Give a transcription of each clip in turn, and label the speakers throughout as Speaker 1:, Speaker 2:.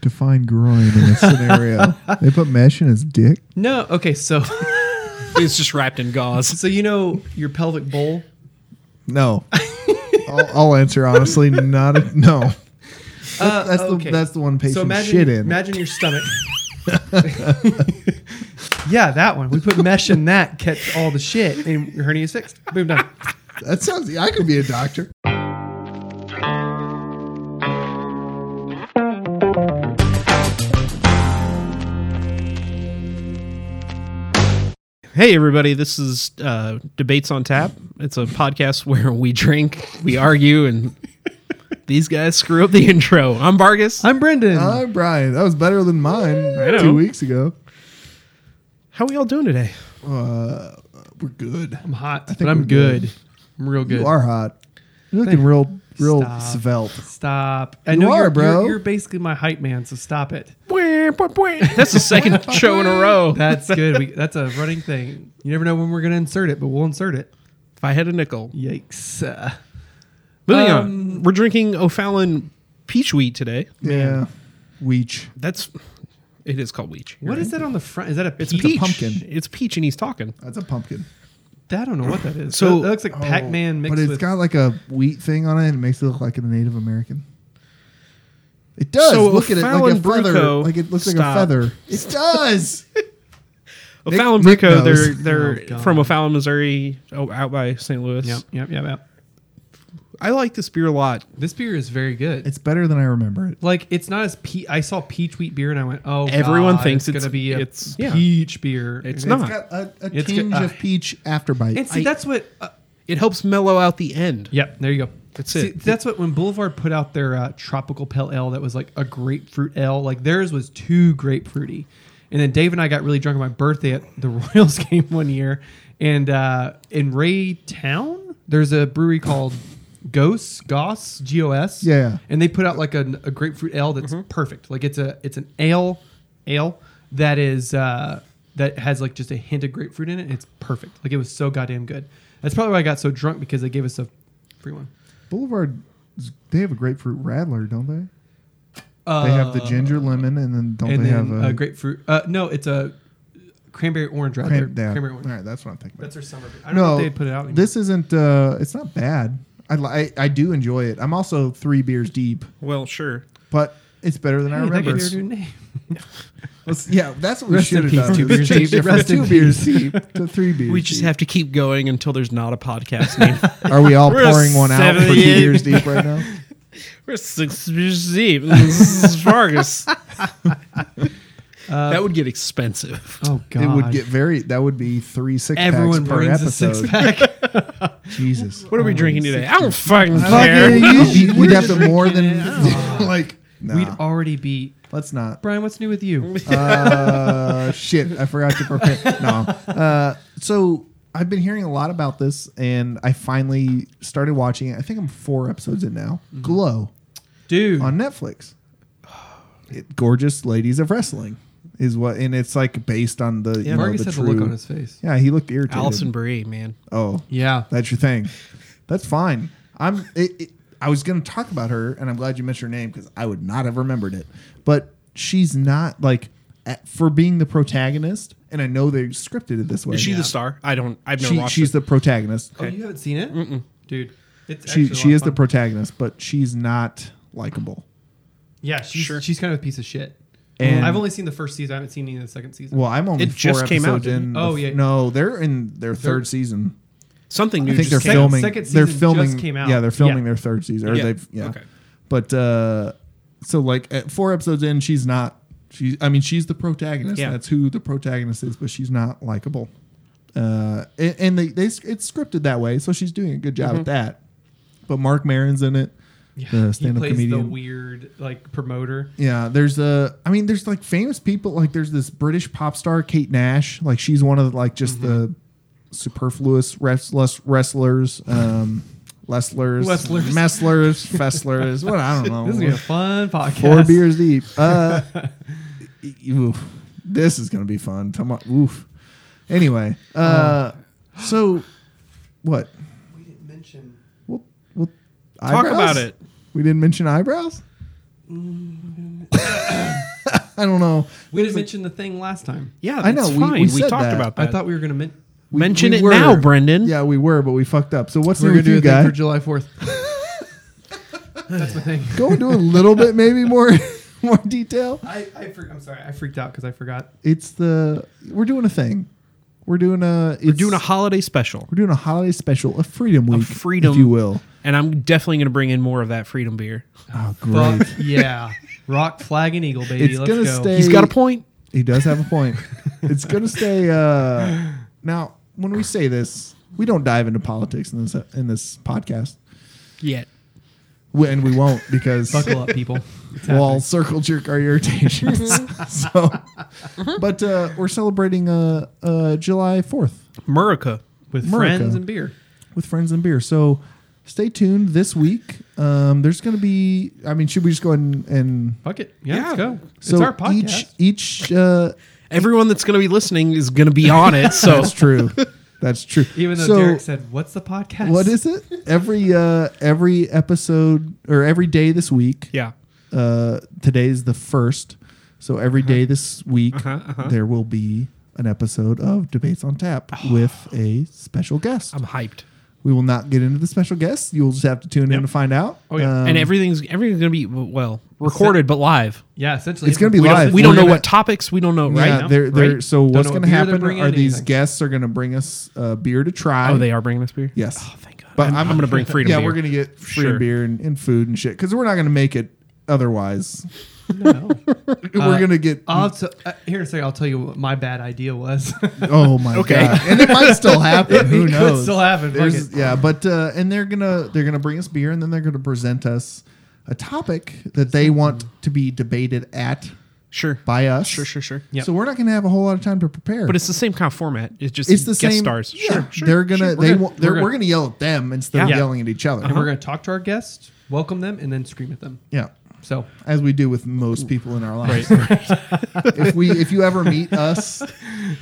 Speaker 1: define groin in this scenario. they put mesh in his dick.
Speaker 2: No, okay, so
Speaker 3: It's just wrapped in gauze.
Speaker 2: so you know your pelvic bowl.
Speaker 1: No, I'll, I'll answer honestly. Not a, no. That's, that's
Speaker 2: okay.
Speaker 1: the that's the one patient
Speaker 2: So imagine
Speaker 1: shit in.
Speaker 2: imagine your stomach. yeah, that one. We put mesh in that, catch all the shit, and your hernia is fixed. Boom done.
Speaker 1: that sounds. I could be a doctor.
Speaker 3: Hey, everybody. This is uh, Debates on Tap. It's a podcast where we drink, we argue, and these guys screw up the intro. I'm Vargas.
Speaker 2: I'm Brendan.
Speaker 1: Hi, Brian. That was better than mine
Speaker 3: know.
Speaker 1: two weeks ago.
Speaker 3: How we all doing today?
Speaker 1: Uh, we're good.
Speaker 2: I'm hot,
Speaker 1: think
Speaker 2: but I'm
Speaker 1: we're good.
Speaker 2: good. I'm real good.
Speaker 1: You are hot. You're looking real, real
Speaker 2: Stop.
Speaker 1: svelte.
Speaker 2: Stop. I
Speaker 1: You
Speaker 2: know
Speaker 1: are,
Speaker 2: you're,
Speaker 1: bro.
Speaker 2: You're, you're basically my hype man, so stop it.
Speaker 3: That's the second show in a row.
Speaker 2: That's good. We, that's a running thing. You never know when we're going to insert it, but we'll insert it.
Speaker 3: If I had a nickel.
Speaker 2: Yikes. Uh,
Speaker 3: Moving
Speaker 2: Um,
Speaker 3: on. We're drinking O'Fallon peach wheat today.
Speaker 1: Yeah, weech.
Speaker 3: That's. It is called wheat.
Speaker 2: what is that on the front? Is that a peach?
Speaker 3: It's peach.
Speaker 1: pumpkin.
Speaker 3: It's peach, and he's talking.
Speaker 1: That's a pumpkin.
Speaker 2: I don't know what that is.
Speaker 3: So-
Speaker 2: So oh, that looks like Pac-Man mixed
Speaker 1: Oh, but it's
Speaker 2: with
Speaker 1: got like a wheat thing on it and it makes it look like a Native American. It does.
Speaker 3: So
Speaker 1: look at it like a
Speaker 3: O'Fallon
Speaker 1: feather.
Speaker 3: Bruco-
Speaker 1: like it looks like
Speaker 3: Stop.
Speaker 1: a feather. It does.
Speaker 3: O'Fallon
Speaker 1: Nick
Speaker 3: Brico, they're
Speaker 1: knows.
Speaker 2: Oh,
Speaker 3: they're
Speaker 2: God.
Speaker 3: from O'Fallon, Missouri, oh, out by St. Louis.
Speaker 2: Yep, yep, yep, yep.
Speaker 3: I like this beer a lot.
Speaker 2: This beer is very good.
Speaker 1: it's better than I remember it.
Speaker 2: like it's not as pe- I saw peach wheat beer and I went, oh,
Speaker 3: Everyone
Speaker 2: God,
Speaker 3: thinks it's-
Speaker 2: gonna be a
Speaker 3: it's- yeah.
Speaker 2: peach beer.
Speaker 3: It's
Speaker 2: And-
Speaker 3: not.
Speaker 1: It's got a, a
Speaker 2: It's
Speaker 1: tinge
Speaker 2: got- uh,
Speaker 1: of peach afterbite.
Speaker 2: And see,
Speaker 3: I-
Speaker 2: that's what. Uh,
Speaker 3: It helps mellow out the end.
Speaker 2: yep, there you go.
Speaker 3: That's
Speaker 2: See,
Speaker 3: it.
Speaker 2: That's what when Boulevard put out their uh, tropical pale ale that was like a grapefruit ale. Like theirs was too grapefruity. And then Dave and I got really drunk on my birthday at the Royals game one year, and uh, in Raytown there's a brewery called Ghosts Goss G O S.
Speaker 1: Yeah.
Speaker 2: and they put out like a, a grapefruit ale that's perfect. Like it's a it's an ale ale that is uh, that has like just a hint of grapefruit in it. And it's perfect. Like it was so goddamn good. That's probably why I got so drunk because they gave us a free one.
Speaker 1: Boulevard, they have a grapefruit rattler, don't they? they have the ginger lemon and then don't
Speaker 2: Uh, and
Speaker 1: they
Speaker 2: then
Speaker 1: have
Speaker 2: a,
Speaker 1: a,
Speaker 2: grapefruit. Uh, no, it's a cranberry orange rather.
Speaker 1: cran- yeah.
Speaker 2: Cranberry orange.
Speaker 1: All right, that's what I'm thinking.
Speaker 2: That's
Speaker 1: About.
Speaker 2: their summer. Beer. I don't know
Speaker 1: No,
Speaker 2: if they put it out. Anymore.
Speaker 1: this isn't. uh It's not bad. I, li- I I do enjoy it. I'm also three beers deep,
Speaker 3: Well, sure.
Speaker 1: but it's better than I
Speaker 2: Hey, that
Speaker 1: remember.
Speaker 2: could be our new name.
Speaker 1: Let's- yeah, that's what we
Speaker 2: Rest in
Speaker 1: should have
Speaker 2: peace,
Speaker 1: done.
Speaker 2: two
Speaker 1: Let's
Speaker 2: beers
Speaker 1: change
Speaker 2: deep.
Speaker 1: it from
Speaker 2: Rest in
Speaker 1: two beers deep to three beers.
Speaker 3: We just
Speaker 1: deep.
Speaker 3: have to keep going until there's not a podcast name.
Speaker 1: Are we all
Speaker 3: We're
Speaker 1: pouring one out for two
Speaker 3: 78.
Speaker 1: beers deep right now?
Speaker 3: We're six beers deep. This is Vargas. that would get expensive.
Speaker 2: Oh god,
Speaker 1: It would get very. That would be three six
Speaker 2: everyone
Speaker 1: packs per
Speaker 2: brings a
Speaker 1: episode.
Speaker 2: six pack.
Speaker 1: Jesus,
Speaker 3: What are we drinking today? I don't fucking
Speaker 1: Fuck yeah,
Speaker 3: care.
Speaker 1: you, you, would have to
Speaker 2: drinking
Speaker 1: more
Speaker 2: it
Speaker 1: than
Speaker 2: out.
Speaker 1: like. Nah,
Speaker 2: We'd already be
Speaker 1: let's not.
Speaker 2: Brian. What's new with you?
Speaker 1: Uh, shit, I forgot to prepare. No. Uh, so I've been hearing a lot about this, and I finally started watching it. I think I'm four episodes in now.
Speaker 2: Mm-hmm.
Speaker 1: Glow.
Speaker 2: Dude,
Speaker 1: on Netflix. It, Gorgeous Ladies of Wrestling is what, and it's like based on the. you know,
Speaker 2: Marcus
Speaker 1: the
Speaker 2: has
Speaker 1: true,
Speaker 2: a look on his face.
Speaker 1: Yeah, he looked irritated.
Speaker 3: Allison Brie, man.
Speaker 1: Oh,
Speaker 2: Yeah.
Speaker 1: that's your thing. That's fine. I'm. It, it, I was going to talk about her, and I'm glad you mentioned her name because I would not have remembered it. But she's not like at, for being the protagonist, and I know they scripted it this way.
Speaker 3: Is she
Speaker 1: Yeah.
Speaker 3: the star? I don't. I've never
Speaker 1: She,
Speaker 3: watched.
Speaker 1: she's
Speaker 3: it.
Speaker 1: the protagonist.
Speaker 2: Oh, you haven't seen it, dude. It's
Speaker 1: She
Speaker 2: actually a
Speaker 1: she
Speaker 2: lot
Speaker 1: is
Speaker 2: of
Speaker 1: the
Speaker 2: fun.
Speaker 1: protagonist, but she's not likable.
Speaker 2: yeah. She's,
Speaker 3: Sure.
Speaker 2: she's kind of a piece of shit.
Speaker 1: And-
Speaker 2: I've only seen the first season. I haven't seen any of the second season.
Speaker 1: Well, I'm only
Speaker 3: It
Speaker 1: four
Speaker 3: just came out,
Speaker 1: episodes
Speaker 3: didn't
Speaker 1: in.
Speaker 2: it? Oh,
Speaker 1: the f-
Speaker 2: yeah.
Speaker 1: No, they're in their third season.
Speaker 3: something new.
Speaker 1: I think
Speaker 3: just
Speaker 1: they're
Speaker 3: came out.
Speaker 1: filming.
Speaker 2: second
Speaker 1: they're
Speaker 2: season
Speaker 1: filming.
Speaker 2: just came out.
Speaker 1: Yeah, they're filming
Speaker 2: Yeah.
Speaker 1: their third season. Or
Speaker 3: Yeah.
Speaker 1: They've, yeah.
Speaker 3: Okay.
Speaker 1: But uh, so like at four episodes in, she's not. She. I mean, she's the protagonist.
Speaker 3: Yeah.
Speaker 1: That's who the protagonist is, but she's not likable. Uh, and, and they they it's scripted that way, so she's doing a good
Speaker 3: Mm-hmm.
Speaker 1: job at that. But Mark Maron's in it.
Speaker 2: yeah.
Speaker 1: the stand-up
Speaker 2: he plays the
Speaker 1: comedian.
Speaker 2: weird like promoter.
Speaker 1: Yeah, there's a. I mean, there's like famous people. Like there's this British pop star, Kate Nash. Like she's one of the, like just
Speaker 2: Mm-hmm.
Speaker 1: the superfluous wrestlers, wrestlers, um, wrestlers,
Speaker 2: Wrestlers.
Speaker 1: messlers, festlers. What I don't know.
Speaker 2: This is gonna be a fun podcast.
Speaker 1: Oh. Four beers deep. Uh, e- oof. this is gonna be fun. Tomo- oof. Anyway, uh,
Speaker 2: Oh.
Speaker 1: so what?
Speaker 2: We didn't mention.
Speaker 1: We'll, we'll,
Speaker 3: Talk about
Speaker 1: eyebrows?
Speaker 3: it.
Speaker 1: We didn't mention eyebrows. I don't know.
Speaker 2: We didn't mention the thing last time.
Speaker 3: Yeah,
Speaker 1: I
Speaker 3: that's
Speaker 1: know, we-
Speaker 3: Fine.
Speaker 1: we
Speaker 3: We,
Speaker 1: said
Speaker 3: talked
Speaker 1: that.
Speaker 3: about
Speaker 2: I
Speaker 3: that.
Speaker 2: thought we were going to men-
Speaker 3: Mention
Speaker 2: we
Speaker 3: it
Speaker 2: were.
Speaker 3: now, Brendan.
Speaker 1: Yeah, we were, but we fucked up. So what's
Speaker 2: we
Speaker 1: new
Speaker 2: were
Speaker 1: with
Speaker 2: going to do
Speaker 1: you
Speaker 2: a
Speaker 1: guy?
Speaker 2: thing for July 4th. That's my thing.
Speaker 1: Go into a little bit, maybe more, more detail.
Speaker 2: I, I freak, I'm sorry. I freaked out because I forgot.
Speaker 1: It's the we're doing a thing. We're doing a.
Speaker 3: We're doing a holiday special,
Speaker 1: We're doing a holiday special, a freedom week,
Speaker 3: freedom-
Speaker 1: if you will.
Speaker 3: and I'm definitely going to bring in more of that freedom beer.
Speaker 1: Oh,
Speaker 2: Fuck
Speaker 1: great!
Speaker 2: yeah. Rock, flag, and eagle, baby.
Speaker 1: It's
Speaker 2: Let's
Speaker 1: gonna
Speaker 2: go.
Speaker 1: stay-
Speaker 3: He's got a point.
Speaker 1: he does have a point. It's gonna stay. Uh, now, when we say this, we don't dive into politics in this in this podcast,
Speaker 3: Yet.
Speaker 1: We- and we won't because
Speaker 2: Buckle up, people. It's happening.
Speaker 1: we'll circle jerk our irritations. so, but uh, we're celebrating uh, uh, July Fourth.
Speaker 3: Murica.
Speaker 2: With
Speaker 1: America.
Speaker 2: friends and beer.
Speaker 1: with friends and beer. So stay tuned this week. Um, there's going to be. I mean, should we just go ahead and, and
Speaker 2: Fuck it. Yeah,
Speaker 3: Yeah.
Speaker 2: let's go.
Speaker 1: so
Speaker 2: it's our podcast.
Speaker 1: each each uh,
Speaker 3: Everyone that's going to be listening is going to be on it. So
Speaker 1: that's true. That's true.
Speaker 2: Even though
Speaker 1: So,
Speaker 2: Derek said, "What's the podcast?"
Speaker 1: what is it? Every uh, every episode or every day this week.
Speaker 3: yeah,
Speaker 1: Uh, today's the first. So every day this week there will be an episode of Debates on Tap with a special guest.
Speaker 3: I'm hyped,
Speaker 1: we will not get into the special guest. You'll just have to tune in to find out.
Speaker 2: Oh, yeah.
Speaker 1: Um,
Speaker 3: and everything's everything's going to be well recorded but live.
Speaker 2: Yeah, essentially,
Speaker 1: It's gonna be
Speaker 3: We
Speaker 1: live.
Speaker 3: don't, we don't
Speaker 1: We're
Speaker 3: know
Speaker 1: gonna-
Speaker 3: what topics. We don't know right
Speaker 1: yeah,
Speaker 3: now.
Speaker 1: they're, they're,
Speaker 3: right?
Speaker 1: so what's
Speaker 2: know
Speaker 1: going to
Speaker 2: what beer they're
Speaker 1: happen
Speaker 2: bringing,
Speaker 1: are these
Speaker 2: anything.
Speaker 1: guests are going to bring us uh, beer to try.
Speaker 3: oh, they are bringing us beer.
Speaker 1: Yes.
Speaker 3: Thank God.
Speaker 1: But
Speaker 3: I'm,
Speaker 1: I'm-
Speaker 3: going to bring freedom.
Speaker 1: yeah,
Speaker 3: beer.
Speaker 1: we're going to get free
Speaker 3: Sure.
Speaker 1: beer and, and food and shit because we're not going to make it otherwise.
Speaker 2: No.
Speaker 1: we're going to get.
Speaker 2: I'll t- uh, here in a second. I'll tell you what my bad idea was.
Speaker 1: oh my
Speaker 3: Okay.
Speaker 1: god! And it might still happen. Who
Speaker 2: It could
Speaker 1: knows?
Speaker 2: still happen. Fuck
Speaker 1: There's-
Speaker 2: it.
Speaker 1: yeah, but uh, and they're gonna they're gonna bring us beer and then they're gonna present us a topic that they want to be debated at
Speaker 3: sure.
Speaker 1: by us.
Speaker 3: Sure, sure, sure.
Speaker 2: Yep.
Speaker 1: So we're not gonna have a whole lot of time to prepare.
Speaker 3: But it's the same kind of format. It's just
Speaker 1: it's the
Speaker 3: guest
Speaker 1: same
Speaker 3: stars.
Speaker 1: Yeah,
Speaker 3: Sure, sure.
Speaker 1: they're gonna
Speaker 3: sure. We're
Speaker 1: they
Speaker 3: gonna-
Speaker 1: won't they're,
Speaker 2: we're
Speaker 1: we're,
Speaker 2: gonna-
Speaker 1: gonna, yell at them instead of
Speaker 3: Yeah. Uh-huh.
Speaker 1: yelling at each other.
Speaker 2: And we're going to talk to our guests, welcome them, and then scream at them.
Speaker 1: Yeah,
Speaker 2: So
Speaker 1: as we do with most people in our lives. if we if you ever meet us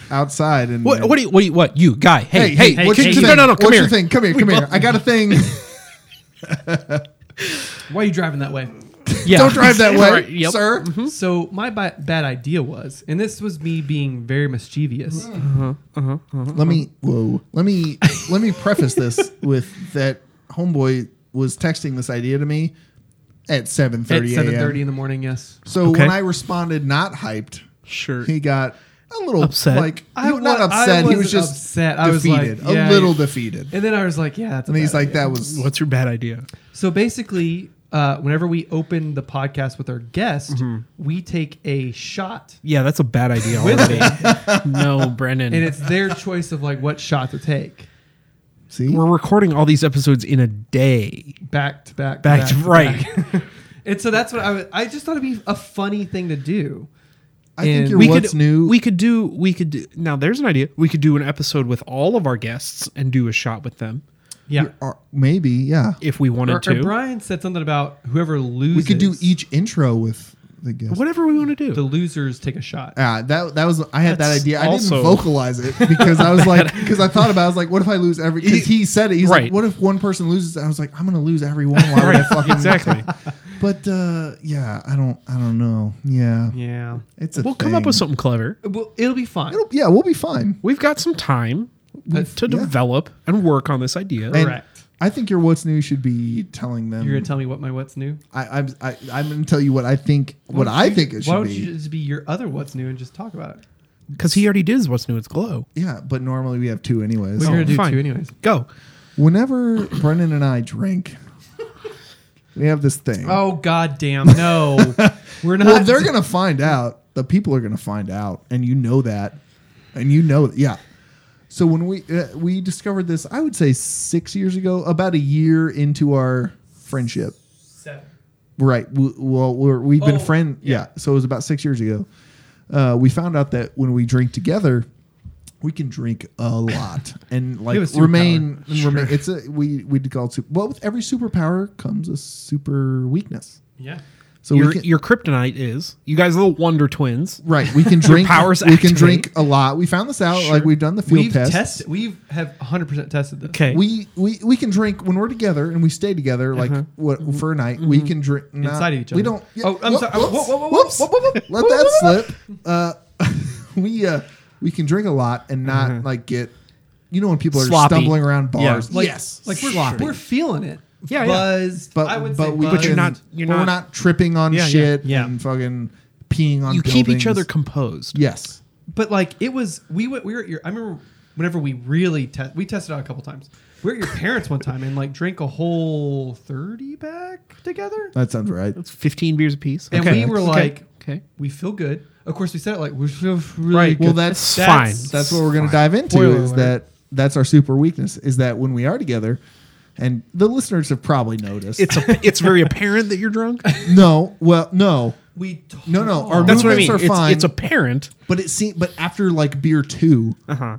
Speaker 1: outside and
Speaker 3: What, what do you? What do you? What you guy? Hey,
Speaker 1: hey
Speaker 3: hey,
Speaker 1: what's
Speaker 3: can
Speaker 1: your
Speaker 3: you-
Speaker 1: thing?
Speaker 3: no, no, no, come
Speaker 1: what's
Speaker 3: here.
Speaker 1: your thing? Come here, come here. I got a thing.
Speaker 2: why are you driving that way?
Speaker 3: Yeah.
Speaker 1: Don't drive that way,
Speaker 3: Right, yep. Mm-hmm.
Speaker 1: sir.
Speaker 2: So my ba- bad idea was, and this was me being very mischievous.
Speaker 1: Let me whoa. Let me let me preface this with that homeboy was texting this idea to me at seven
Speaker 2: At
Speaker 1: thirty
Speaker 2: seven thirty
Speaker 1: a.m.
Speaker 2: in the morning, yes.
Speaker 1: So
Speaker 3: Okay.
Speaker 1: when I responded, not hyped,
Speaker 3: Sure.
Speaker 1: he got a little
Speaker 3: Upset.
Speaker 1: Like
Speaker 2: I
Speaker 1: he- not
Speaker 2: wa-
Speaker 1: upset. he
Speaker 2: I
Speaker 1: was
Speaker 2: wasn't
Speaker 1: just
Speaker 2: upset.
Speaker 1: upset.
Speaker 2: I was like,
Speaker 1: defeated,
Speaker 2: yeah,
Speaker 1: a little
Speaker 2: yeah.
Speaker 1: defeated.
Speaker 2: And then I was like, "Yeah." That's a
Speaker 1: And he's
Speaker 2: bad
Speaker 1: like,
Speaker 2: idea.
Speaker 1: that was
Speaker 3: What's your bad idea?
Speaker 2: So basically, uh, whenever we open the podcast with our guest, we take a shot,
Speaker 3: Yeah, that's a bad idea
Speaker 2: With
Speaker 3: already. no, Brendan.
Speaker 2: and it's their choice of like what shot to take.
Speaker 1: see.
Speaker 3: we're recording all these episodes in a day.
Speaker 2: back to back,
Speaker 3: Back to
Speaker 2: back. and so that's what I was, I just thought it'd be a funny thing to do.
Speaker 1: I think
Speaker 2: and
Speaker 1: your
Speaker 3: we
Speaker 1: what's
Speaker 3: could
Speaker 1: new.
Speaker 3: we could do we could do, now there's an idea. We could do an episode with all of our guests and do a shot with them
Speaker 2: Yeah.
Speaker 1: or maybe yeah.
Speaker 3: if we wanted
Speaker 2: Or, or
Speaker 3: to.
Speaker 2: Brian said something about whoever loses.
Speaker 1: We could do each intro with the guest.
Speaker 3: Whatever we want to do.
Speaker 2: The losers take a shot.
Speaker 1: Ah, that that was I had
Speaker 3: That's
Speaker 1: that idea. I
Speaker 3: also-
Speaker 1: didn't vocalize it because I was like because I thought about it, I was like, what if I lose every? Because he said it. He's
Speaker 3: Right.
Speaker 1: like, what if one person loses? I was like, I'm gonna lose everyone. Why would I
Speaker 3: Right,
Speaker 1: fucking
Speaker 3: exactly.
Speaker 1: But uh, yeah, I don't I don't know. Yeah,
Speaker 2: Yeah.
Speaker 1: it's a.
Speaker 3: we'll come up
Speaker 1: thing.
Speaker 3: with something clever.
Speaker 2: Well, it'll be fun.
Speaker 1: It'll- yeah, we'll be fine.
Speaker 3: We've got some time to develop and work on this idea.
Speaker 1: And
Speaker 2: Correct.
Speaker 1: I think your what's new should be telling them.
Speaker 2: You're gonna tell me what my what's new.
Speaker 1: I, I'm I, I'm gonna tell you what I think. What I think it
Speaker 2: Why
Speaker 1: should
Speaker 2: don't
Speaker 1: be.
Speaker 2: you just be your other what's new and just talk about it?
Speaker 3: Because he already did what's new. It's glow.
Speaker 1: yeah, but normally we have two anyways.
Speaker 2: We're gonna do
Speaker 3: fine.
Speaker 2: two anyways.
Speaker 3: Go.
Speaker 1: Whenever Brennan and I drink, we have this thing.
Speaker 2: Oh god damn no. We're not
Speaker 1: well, they're gonna find out. The people are gonna find out, and you know that, and you know, yeah. So when we uh, we discovered this, I would say six years ago, about a year into our friendship,
Speaker 2: Seven.
Speaker 1: Right. W- Well, we're, we've
Speaker 2: Oh,
Speaker 1: been friend.
Speaker 2: yeah.
Speaker 1: Yeah. So it was about six years ago. Uh, we found out that when we drink together, we can drink a lot and like
Speaker 2: have a
Speaker 1: remain.
Speaker 2: superpower.
Speaker 1: and remain it's a we we call it super. Well, with every superpower comes a super weakness.
Speaker 2: Yeah.
Speaker 1: So
Speaker 3: your
Speaker 1: we can,
Speaker 3: your kryptonite is you guys are the Wonder Twins.
Speaker 1: right, we can drink.
Speaker 3: powers
Speaker 1: we can
Speaker 3: activate.
Speaker 1: drink a lot. We found this out.
Speaker 3: Sure.
Speaker 1: Like we've done the field
Speaker 2: We've
Speaker 1: test.
Speaker 2: tested. We've have 100 percent tested this.
Speaker 3: Okay,
Speaker 1: We, we we can drink when we're together and we stay together like what for a night. We can drink no,
Speaker 2: Uh-huh. Mm-hmm. Inside each
Speaker 1: We
Speaker 2: other.
Speaker 1: don't.
Speaker 2: Oh, I'm
Speaker 1: whoop,
Speaker 2: sorry. Whoa, whoa, whoa, whoa,
Speaker 1: whoops,
Speaker 2: whoa, whoa, whoa, whoa.
Speaker 1: Let that slip. Uh, we uh, we can drink a lot and not
Speaker 2: Uh-huh.
Speaker 1: like get. You know when people are
Speaker 3: Sloppy.
Speaker 1: stumbling around bars.
Speaker 2: Like,
Speaker 1: yes,
Speaker 2: Like we're
Speaker 1: sloppy.
Speaker 2: we're feeling it.
Speaker 3: Yeah, yeah.
Speaker 2: buzzed.
Speaker 1: but
Speaker 2: I would
Speaker 1: but
Speaker 2: say
Speaker 1: we
Speaker 2: buzzed.
Speaker 3: But you're not-
Speaker 1: but we're
Speaker 3: not-
Speaker 1: not tripping on
Speaker 3: Yeah, yeah,
Speaker 1: shit
Speaker 3: yeah.
Speaker 1: and fucking peeing on.
Speaker 3: you keep each
Speaker 1: buildings.
Speaker 3: other composed.
Speaker 1: yes.
Speaker 2: But like it was, we went. We were at your. I remember whenever we really test. We tested out a couple times. We were at your parents one time and like drank a whole 30 pack together.
Speaker 1: That sounds right.
Speaker 3: It's fifteen beers apiece.
Speaker 2: And we were
Speaker 3: Okay.
Speaker 2: like,
Speaker 3: okay,
Speaker 2: we feel good. Of course, we said it like we feel really
Speaker 3: right.
Speaker 2: good.
Speaker 1: Well, that's-
Speaker 3: It's fine.
Speaker 1: that's what we're going to dive into
Speaker 2: Spoiler
Speaker 1: is
Speaker 2: alert.
Speaker 1: that that's our super weakness is that when we are together and the listeners have probably noticed
Speaker 3: It's a, it's very apparent that you're drunk.
Speaker 1: no well no
Speaker 2: we
Speaker 1: No, no, our
Speaker 2: talked.
Speaker 3: That's what I
Speaker 1: Movements
Speaker 3: mean.
Speaker 1: are
Speaker 3: It's,
Speaker 1: fine.
Speaker 3: it's apparent.
Speaker 1: but it seemed but after like beer 2
Speaker 3: Uh-huh.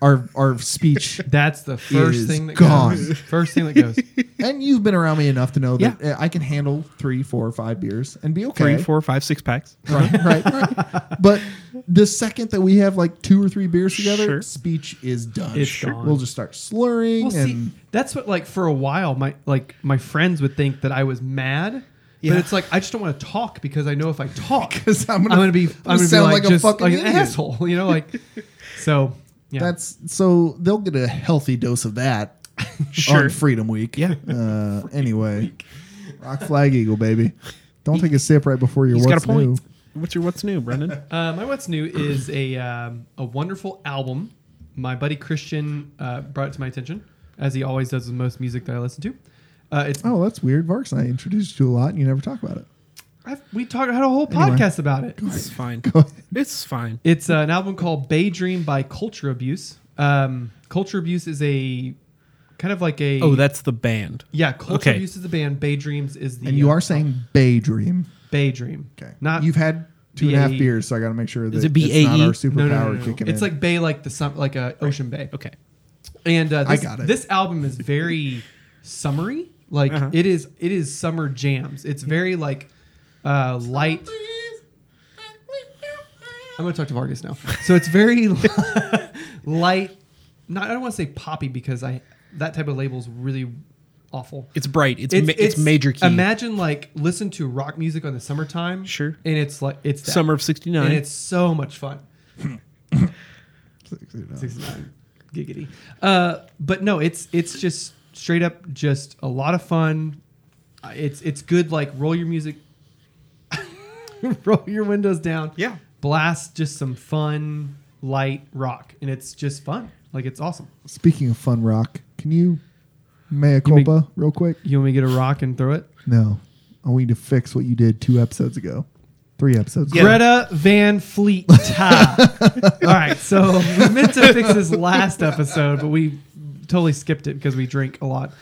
Speaker 1: our our speech
Speaker 2: That's the first
Speaker 1: is
Speaker 2: thing that
Speaker 1: gone.
Speaker 2: goes. First thing that goes.
Speaker 1: and you've been around me enough to know that
Speaker 3: Yeah.
Speaker 1: uh, I can handle three, four, five beers and be okay
Speaker 3: Three, four, five, six packs.
Speaker 1: right right right but the second that we have like two or three beers together
Speaker 3: Sure.
Speaker 1: speech is done
Speaker 2: It's Sure. gone.
Speaker 1: we'll just start slurring
Speaker 2: Well,
Speaker 1: and
Speaker 2: see, that's what like for a while my like my friends would think that I was mad.
Speaker 3: Yeah.
Speaker 2: But it's like I just don't want to talk because I know if I talk,
Speaker 1: 'Cause I'm gonna-
Speaker 2: I'm gonna be,
Speaker 1: I'm gonna
Speaker 2: I'm gonna be
Speaker 1: sound
Speaker 2: like,
Speaker 1: like a
Speaker 2: just
Speaker 1: fucking
Speaker 2: like an
Speaker 1: idiot.
Speaker 2: asshole, you know, like so. Yeah,
Speaker 1: That's so they'll get a healthy dose of that
Speaker 3: Sure.
Speaker 1: on Freedom Week.
Speaker 3: Yeah.
Speaker 1: Uh, anyway, rock flag eagle baby. Don't take a sip right before your
Speaker 3: He's got
Speaker 1: what's
Speaker 3: a point.
Speaker 1: new.
Speaker 3: What's your what's new, Brendan?
Speaker 2: Uh, my what's new is a um, a wonderful album. My buddy Christian uh, brought it to my attention, as he always does with most music that I listen to. Uh, it's
Speaker 1: Oh, that's weird. Varks, I introduced you to a lot, and you never talk about it.
Speaker 2: I've, we talked had a whole
Speaker 1: Anyway.
Speaker 2: podcast about it.
Speaker 3: It's fine.
Speaker 1: ahead.
Speaker 3: It's fine.
Speaker 2: It's uh, an album called Bay Dream by Culture Abuse. Um, Culture Abuse is a kind of like a
Speaker 3: Oh, that's the band.
Speaker 2: yeah. Culture
Speaker 3: okay.
Speaker 2: Abuse is the band. Bay Dreams is the
Speaker 1: And you
Speaker 2: uh,
Speaker 1: are saying Bay Dream.
Speaker 2: Bay Dream.
Speaker 1: Okay.
Speaker 2: not
Speaker 1: you've had two and a half
Speaker 2: BAE.
Speaker 1: beers, so I got to make sure that
Speaker 3: Is it
Speaker 1: it's not
Speaker 3: BAE?
Speaker 1: our
Speaker 2: no, no,
Speaker 1: superpower
Speaker 2: no, no, no.
Speaker 1: kicking
Speaker 2: It's
Speaker 1: in.
Speaker 2: like Bay, like the sun, like a ocean bay.
Speaker 3: Okay.
Speaker 2: And uh, this,
Speaker 1: I got it.
Speaker 2: This album is very summery. Like
Speaker 3: Uh-huh.
Speaker 2: it is, it is summer jams. It's very like uh, light. I'm gonna talk to Vargas now. So it's very light. Not I don't want to say poppy because I that type of label is really awful.
Speaker 3: It's bright. It's it's, ma- it's, major key.
Speaker 2: Imagine like listen to rock music on the summertime.
Speaker 3: Sure.
Speaker 2: And it's like it's that.
Speaker 3: Summer of '69.
Speaker 2: and it's so much fun.
Speaker 1: You know.
Speaker 2: 69 giggity uh but no it's it's just straight up just a lot of fun Uh, it's it's good like roll your music roll your windows down
Speaker 3: Yeah.
Speaker 2: blast just some fun light rock and it's just fun like it's awesome
Speaker 1: Speaking of fun rock, can you mea
Speaker 2: make-
Speaker 1: culpa real quick?
Speaker 2: you want me to get a rock and throw it
Speaker 1: No, I want you to fix what you did two episodes ago, three episodes.
Speaker 3: Yeah.
Speaker 1: ago.
Speaker 2: Greta Van Fleet. all right, so we meant to fix this last episode, but we totally skipped it because we drink a lot.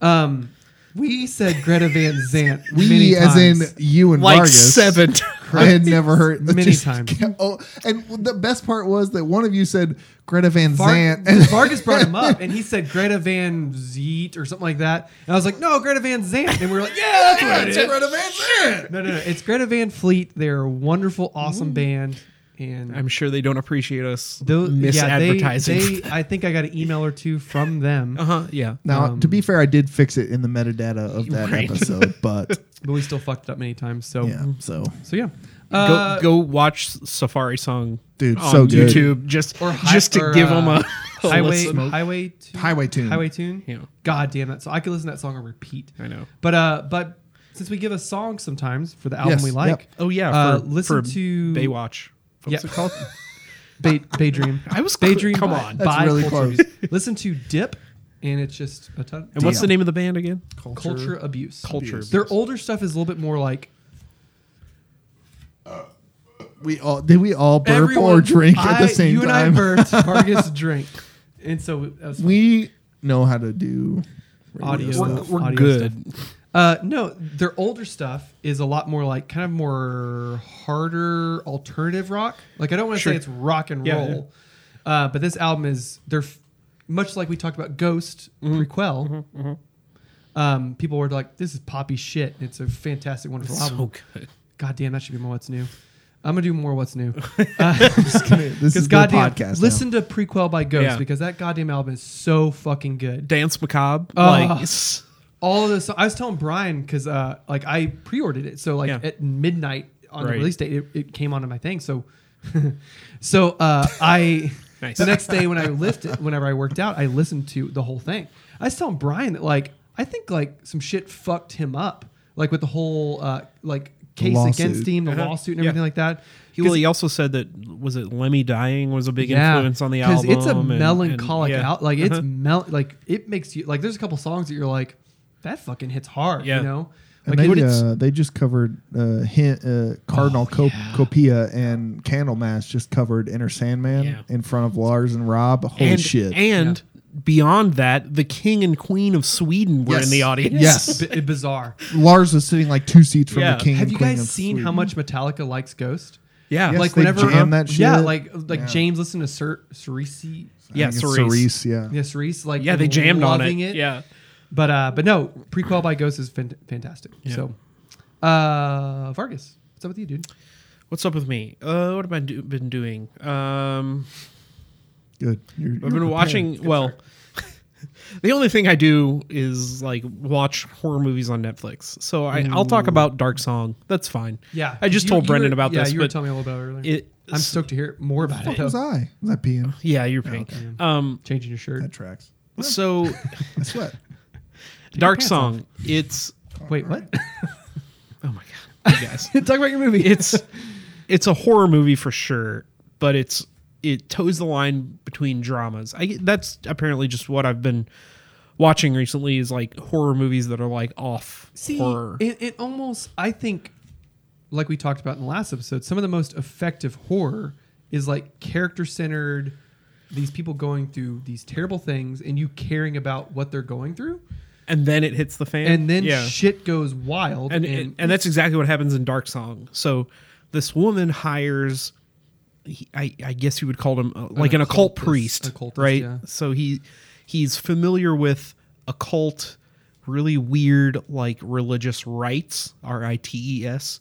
Speaker 2: Um, we said Greta Van Zant.
Speaker 1: We,
Speaker 2: many
Speaker 1: as
Speaker 2: times.
Speaker 1: in you and
Speaker 3: like
Speaker 1: Vargas,
Speaker 3: seven.
Speaker 1: I had never heard
Speaker 2: Many
Speaker 1: just-
Speaker 2: times.
Speaker 1: Oh, and the best part was that one of you said Greta Van
Speaker 2: Var-
Speaker 1: Zant,
Speaker 2: Vargas brought him up, and he said Greta Van Zeet or something like that. And I was like, "No, Greta Van Zant," and we were like, "Yeah, that's what it
Speaker 1: It's
Speaker 2: is."
Speaker 1: Greta Van Zant.
Speaker 2: No, no, no, it's Greta Van Fleet. They're a wonderful, awesome band, and
Speaker 3: I'm sure they don't appreciate us
Speaker 2: Those, yeah, they,
Speaker 3: misadvertising.
Speaker 2: they, I think I got an email or two from them,
Speaker 3: uh huh. Yeah.
Speaker 1: Now, to
Speaker 2: Um,
Speaker 1: be fair, I did fix it in the metadata of that
Speaker 3: Right.
Speaker 1: episode, but
Speaker 2: but we still fucked it up many times. So,
Speaker 1: yeah, so
Speaker 2: so yeah, uh,
Speaker 3: go go watch Safari Song,
Speaker 1: Dude,
Speaker 3: on
Speaker 1: so good.
Speaker 3: YouTube just
Speaker 2: Or hi-
Speaker 3: just to
Speaker 2: or,
Speaker 3: give
Speaker 2: uh,
Speaker 3: them a, a
Speaker 2: highway,
Speaker 3: listen.
Speaker 2: highway, tune,
Speaker 1: Highway Tune.
Speaker 2: highway tune.
Speaker 3: Yeah.
Speaker 2: God damn that! So I could listen to that song on repeat.
Speaker 3: I know.
Speaker 2: But uh, but since we give a song sometimes for the album
Speaker 1: Yes,
Speaker 2: we
Speaker 1: yep.
Speaker 2: like,
Speaker 3: Oh yeah,
Speaker 2: uh,
Speaker 3: for,
Speaker 2: listen
Speaker 3: for
Speaker 2: to
Speaker 3: Baywatch. What's
Speaker 2: Yeah.
Speaker 3: it called?
Speaker 2: Bay, Baydream.
Speaker 3: I was cl-
Speaker 2: Baydream.
Speaker 3: come
Speaker 2: by-
Speaker 3: on.
Speaker 1: That's
Speaker 2: by
Speaker 1: really
Speaker 2: Culture
Speaker 1: close.
Speaker 2: Abuse. listen to Dip, and it's just a ton.
Speaker 3: And what's
Speaker 1: Damn.
Speaker 3: the name of the band again?
Speaker 2: culture, abuse.
Speaker 3: Culture.
Speaker 2: Their older stuff is a little bit more like
Speaker 1: we all did we all burp or
Speaker 2: everyone-
Speaker 1: drink at
Speaker 2: I-
Speaker 1: the same
Speaker 2: you
Speaker 1: time.
Speaker 2: and I burped. Vargas drank, and so that was
Speaker 1: we know how to do radio
Speaker 2: Audio.
Speaker 1: stuff.
Speaker 3: We're,
Speaker 2: stuff,
Speaker 3: we're
Speaker 2: audio
Speaker 3: good.
Speaker 2: Uh, no, their older stuff is a lot more like kind of more harder alternative rock. Like I don't want to
Speaker 3: Sure.
Speaker 2: say it's rock and
Speaker 3: Yeah,
Speaker 2: roll, Uh, but this album is they're f- much like we talked about Ghost prequel. Um, people were like, "This is poppy shit." It's a fantastic, wonderful album.
Speaker 3: So good.
Speaker 2: God damn, that should be more what's new. I'm gonna do more what's new.
Speaker 1: This
Speaker 2: Because
Speaker 1: is God
Speaker 2: goddamn,
Speaker 1: podcast. now.
Speaker 2: listen to prequel by Ghost
Speaker 3: Yeah.
Speaker 2: because that goddamn album is so fucking good.
Speaker 3: Dance Macabre.
Speaker 2: Oh.
Speaker 3: like, s-
Speaker 2: All of this, I was telling Brian because uh, like I pre-ordered it, so like
Speaker 3: Yeah.
Speaker 2: at midnight on the
Speaker 3: Right.
Speaker 2: release date, it, it came onto my thing. So, so uh, I
Speaker 3: Nice.
Speaker 2: the next day when I lifted, whenever I worked out, I listened to the whole thing. I was telling Brian that like I think like some shit fucked him up, like with the whole uh, like case
Speaker 1: lawsuit.
Speaker 2: against him, the
Speaker 3: Uh-huh.
Speaker 2: lawsuit and
Speaker 3: Yeah.
Speaker 2: everything like that.
Speaker 3: he, well, he also said that was it Lemmy dying was a big influence on the
Speaker 2: 'cause
Speaker 3: album.
Speaker 2: It's a
Speaker 3: and- and-
Speaker 2: melancholic
Speaker 3: yeah. Uh-huh.
Speaker 2: out like it's mel like it makes you like there's a couple songs that you're like, that fucking hits hard,
Speaker 3: Yeah.
Speaker 2: you know?
Speaker 1: And
Speaker 2: Like
Speaker 1: they,
Speaker 2: it-
Speaker 1: uh, they just covered uh, hint, uh, Cardinal
Speaker 2: Oh,
Speaker 1: Cop- Copia and Candlemass just covered Inner Sandman
Speaker 3: Yeah.
Speaker 1: in front of Lars and Rob. Holy
Speaker 3: and,
Speaker 1: shit!
Speaker 3: And beyond that, the king and queen of Sweden were in
Speaker 1: Yes.
Speaker 3: the audience.
Speaker 1: Yes.
Speaker 2: b- bizarre.
Speaker 1: Lars was sitting like two seats from
Speaker 3: Yeah.
Speaker 1: the king.
Speaker 2: Have
Speaker 1: and
Speaker 2: you
Speaker 1: queen
Speaker 2: guys
Speaker 1: of
Speaker 2: seen
Speaker 1: Sweden.
Speaker 2: how much Metallica likes Ghost?
Speaker 3: Yeah.
Speaker 1: Yes,
Speaker 2: like
Speaker 1: they
Speaker 2: whenever
Speaker 1: jam that
Speaker 2: yeah,
Speaker 1: shit.
Speaker 2: like like
Speaker 1: Yeah.
Speaker 2: James listened to Sir
Speaker 1: I
Speaker 2: Cerisi,
Speaker 3: yeah,
Speaker 1: think it's
Speaker 3: Cerise.
Speaker 1: Cerise, yeah.
Speaker 2: yes Cerise, like
Speaker 3: Yeah, they jammed on it.
Speaker 2: loving
Speaker 3: Yeah.
Speaker 2: but uh, but no, prequel by Ghost is fan- fantastic.
Speaker 3: Yeah.
Speaker 2: So, uh, Vargas, what's up with you, dude?
Speaker 3: What's up with me? Uh, what have I do- been doing? Um,
Speaker 1: Good. You're, you're
Speaker 3: I've been
Speaker 1: prepared.
Speaker 3: watching. Well, the only thing I do is like watch horror movies on Netflix. So I, I'll talk about Dark Song. That's fine.
Speaker 2: Yeah,
Speaker 3: I just
Speaker 2: you-
Speaker 3: told
Speaker 2: you
Speaker 3: Brendan
Speaker 2: were-
Speaker 3: about
Speaker 2: yeah,
Speaker 3: this.
Speaker 2: you were
Speaker 3: but
Speaker 2: telling me a little bit earlier.
Speaker 3: it,
Speaker 2: I'm Oh, stoked to hear more about it.
Speaker 1: What was
Speaker 2: though.
Speaker 1: I? Was I peeing?
Speaker 3: yeah, you're paying. Um,
Speaker 2: Changing your shirt.
Speaker 1: That tracks.
Speaker 3: so
Speaker 1: I sweat.
Speaker 3: Dark
Speaker 2: pants off.
Speaker 3: Song. It's
Speaker 2: Wait, what?
Speaker 3: oh my god, you guys.
Speaker 2: Talk about your movie.
Speaker 3: it's it's a horror movie for sure, but it's it toes the line between dramas. I that's apparently just what I've been watching recently is like horror movies that are like off
Speaker 2: See,
Speaker 3: horror.
Speaker 2: it, it almost. I think, like we talked about in the last episode, some of the most effective horror is like character centered. These people going through these terrible things, and you caring about what they're going through,
Speaker 3: and then it hits the fan.
Speaker 2: and then
Speaker 3: yeah.
Speaker 2: shit goes wild.
Speaker 3: and, and and that's exactly what happens in Dark Song. So this woman hires, he- I I guess you would call him uh, like an, occult
Speaker 2: occultist-
Speaker 3: priest,
Speaker 2: occultist,
Speaker 3: right?
Speaker 2: yeah.
Speaker 3: So he he's familiar with occult, really weird like religious rites, R I T E S,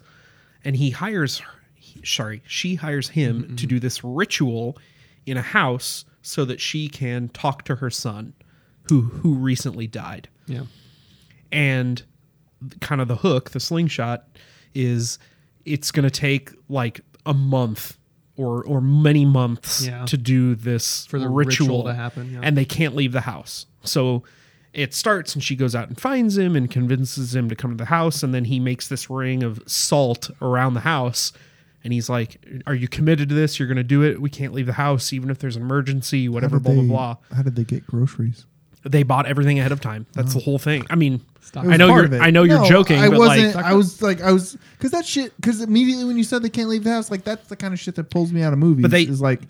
Speaker 3: and he hires, her- he, sorry, she hires him
Speaker 2: Mm-hmm,
Speaker 3: to do this ritual in a house so that she can talk to her son, who who recently died
Speaker 2: yeah.
Speaker 3: and th- kind of the hook, the slingshot, is it's going to take like a month or or many months
Speaker 2: Yeah.
Speaker 3: to do this
Speaker 2: For the ritual to happen, yeah.
Speaker 3: and they can't leave the house. So it starts, and she goes out and finds him and convinces him to come to the house, and then he makes this ring of salt around the house. And he's like, "Are you committed to this? You're going to do it. We can't leave the house, even if there's an emergency.
Speaker 1: How
Speaker 3: Whatever,
Speaker 1: did,
Speaker 3: blah
Speaker 1: they,
Speaker 3: blah blah."
Speaker 1: how did they get groceries?
Speaker 3: They bought everything ahead of time. That's the whole thing. I mean,
Speaker 2: Stop. It
Speaker 3: I
Speaker 2: was
Speaker 3: know
Speaker 1: part
Speaker 3: you're.
Speaker 1: of Oh. it.
Speaker 3: I know you're
Speaker 1: No,
Speaker 3: joking.
Speaker 1: I
Speaker 3: but
Speaker 1: wasn't.
Speaker 3: Like,
Speaker 1: I was like, I was because that shit. Because immediately when you said they can't leave the house, like that's the kind of shit that pulls me out of movies.
Speaker 3: But they-
Speaker 1: is like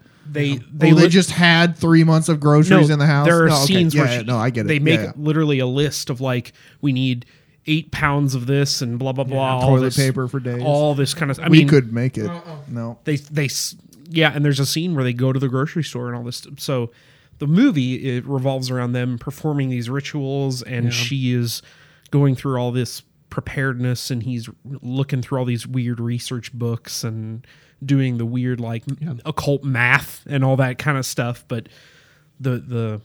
Speaker 1: they,
Speaker 3: they they,
Speaker 1: oh, they
Speaker 3: lit-
Speaker 1: just had three months of groceries
Speaker 3: no,
Speaker 1: in the house.
Speaker 3: There are
Speaker 1: No, okay.
Speaker 3: scenes
Speaker 1: yeah,
Speaker 3: where
Speaker 1: yeah,
Speaker 3: she-
Speaker 1: no, I get it.
Speaker 3: They make
Speaker 1: Yeah, yeah.
Speaker 3: literally a list of like we need eight pounds of this and blah blah blah. all
Speaker 1: toilet
Speaker 3: this-
Speaker 1: paper for days.
Speaker 3: All this kind of. I
Speaker 1: we
Speaker 3: mean,
Speaker 1: could make it. No,
Speaker 3: they they s- yeah and there's a scene where they go to the grocery store and all this stuff so the movie it revolves around them performing these rituals and she is going through all this preparedness and he's looking through all these weird research books and doing the weird like occult math and all that kind of stuff but the the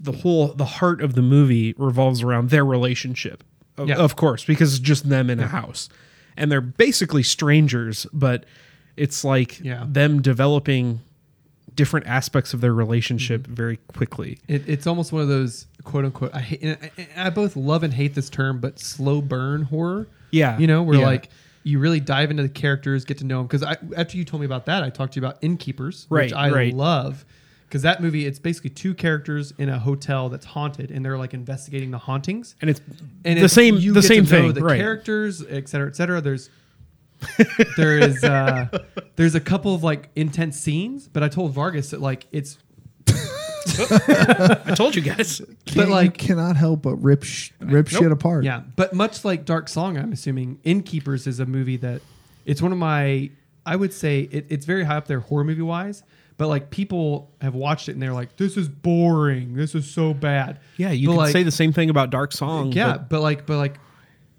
Speaker 3: the whole the heart of the movie revolves around their relationship of,
Speaker 2: Yeah.
Speaker 3: of course because it's just them in a house and they're basically strangers but it's like
Speaker 2: Yeah.
Speaker 3: them developing different aspects of their relationship
Speaker 2: Mm-hmm.
Speaker 3: very quickly
Speaker 2: It, it's almost one of those quote unquote. I, hate, and I, and I both love and hate this term, but slow burn horror.
Speaker 3: Yeah.
Speaker 2: you know, where
Speaker 3: Yeah.
Speaker 2: like you really dive into the characters, get to know them. Because after you told me about that, I talked to you about Innkeepers, which
Speaker 3: Right,
Speaker 2: I
Speaker 3: right.
Speaker 2: love. Because that movie, it's basically two characters in a hotel that's haunted, and they're like investigating the hauntings.
Speaker 3: and it's
Speaker 2: And
Speaker 3: the
Speaker 2: it's-
Speaker 3: same
Speaker 2: you
Speaker 3: the
Speaker 2: get
Speaker 3: same
Speaker 2: to know
Speaker 3: thing
Speaker 2: the
Speaker 3: right
Speaker 2: characters, et cetera, et cetera. There's there is uh, there's a couple of like intense scenes, but I told Vargas that like it's
Speaker 3: i told you guys
Speaker 2: but like
Speaker 1: you cannot help but rip sh- rip
Speaker 3: Nope.
Speaker 1: shit apart.
Speaker 2: Yeah, but much like Dark Song, I'm assuming Innkeepers is a movie that it's one of my I would say it, it's very high up there horror movie wise, But like people have watched it and they're like, "This is boring. This is so bad."
Speaker 3: Yeah, you
Speaker 2: But,
Speaker 3: can
Speaker 2: like,
Speaker 3: say the same thing about Dark Song.
Speaker 2: yeah,
Speaker 3: but
Speaker 2: but, like, but like,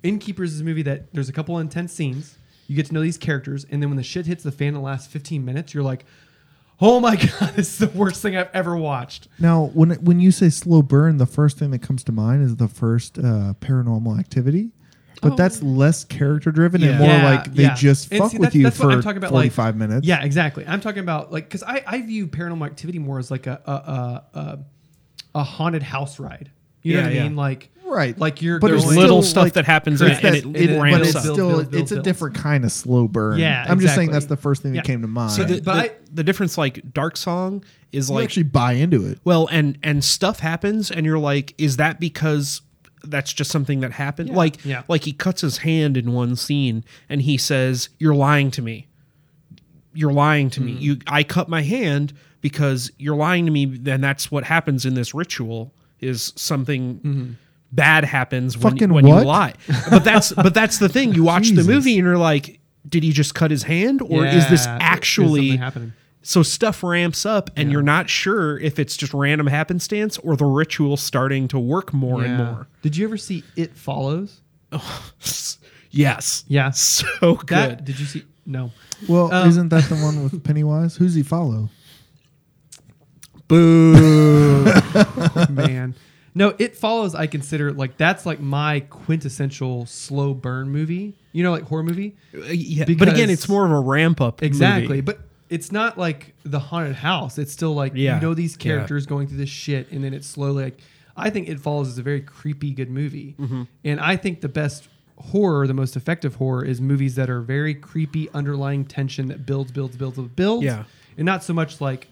Speaker 2: Innkeepers is a movie that there's a couple intense scenes. You get to know these characters, and then when the shit hits the fan in the last 15 minutes, you're like, "Oh my god, this is the worst thing I've ever watched."
Speaker 1: Now, when when you say slow burn, the first thing that comes to mind is the first uh, Paranormal Activity, but that's less character driven and
Speaker 3: Yeah.
Speaker 1: more
Speaker 2: Yeah,
Speaker 1: like they
Speaker 2: yeah.
Speaker 1: just
Speaker 2: And
Speaker 1: fuck
Speaker 2: see,
Speaker 1: with
Speaker 2: that's-
Speaker 1: you
Speaker 2: that's
Speaker 1: for
Speaker 2: what I'm talking about, like-
Speaker 1: forty-five minutes.
Speaker 2: Yeah, exactly. I'm talking about like because I, I view Paranormal Activity more as like a a a, a, a haunted house ride. You know
Speaker 3: Yeah,
Speaker 2: what I
Speaker 3: yeah.
Speaker 2: mean? Like
Speaker 1: Right.
Speaker 2: like you're
Speaker 1: But
Speaker 3: there's
Speaker 1: it's
Speaker 2: going-
Speaker 1: still,
Speaker 3: little stuff
Speaker 1: like,
Speaker 3: that happens
Speaker 1: But
Speaker 3: and,
Speaker 1: it's
Speaker 3: and
Speaker 1: that-
Speaker 3: it,
Speaker 2: it-
Speaker 3: it,
Speaker 1: but
Speaker 3: ramps
Speaker 1: it's
Speaker 3: up.
Speaker 2: built-
Speaker 1: still
Speaker 2: built- built-
Speaker 1: it's a
Speaker 2: built.
Speaker 1: different kind of slow burn.
Speaker 2: Yeah,
Speaker 1: I'm just saying
Speaker 2: exactly.
Speaker 1: that's the first thing that
Speaker 2: Yeah.
Speaker 1: came to mind.
Speaker 3: So the,
Speaker 2: But
Speaker 3: the,
Speaker 2: I-
Speaker 3: the difference, like Dark Song, is
Speaker 1: you
Speaker 3: like
Speaker 1: actually buy into it.
Speaker 3: well, and and stuff happens, and you're like, is that because that's just something that happened? Like,
Speaker 2: Yeah.
Speaker 3: like he cuts his hand in one scene, and he says, "You're lying to me. You're lying to
Speaker 2: Mm-hmm.
Speaker 3: me. You, I cut my hand because you're lying to me." Then that's what happens in this ritual is something.
Speaker 2: Mm-hmm.
Speaker 3: Bad happens when,
Speaker 1: Fucking
Speaker 3: when
Speaker 1: what?
Speaker 3: you lie, but that's but that's the thing. You watch
Speaker 1: Jesus.
Speaker 3: the movie and you're like, did he just cut his hand, or is
Speaker 2: Yeah, there's
Speaker 3: this
Speaker 2: something
Speaker 3: actually
Speaker 2: happening?
Speaker 3: so stuff ramps up, and you're not sure if it's just random happenstance or the ritual starting to work more and
Speaker 2: Yeah.
Speaker 3: more.
Speaker 2: Did you ever see It Follows?
Speaker 3: Yes.
Speaker 2: Yeah.
Speaker 3: So good.
Speaker 2: That, did you see? No.
Speaker 1: Well,
Speaker 3: Oh.
Speaker 2: Um,
Speaker 1: isn't that the one with Pennywise? Who's he follow?
Speaker 3: Boo.
Speaker 2: man. No, it follows. I consider like that's like my quintessential slow burn movie. You know, like horror movie.
Speaker 3: yeah. But again,
Speaker 2: Because-
Speaker 3: it's more of a ramp up. movie.
Speaker 2: Exactly, but it's not like the haunted house. It's still like
Speaker 3: Yeah.
Speaker 2: you know these
Speaker 3: Yeah.
Speaker 2: characters going through this shit, and then it's slowly like. I think It Follows is a very creepy, good movie,
Speaker 3: Mm-hmm.
Speaker 2: and I think the best horror, the most effective horror, is movies that are very creepy, underlying tension that builds, builds, builds, builds,
Speaker 3: Yeah.
Speaker 2: and not so much like,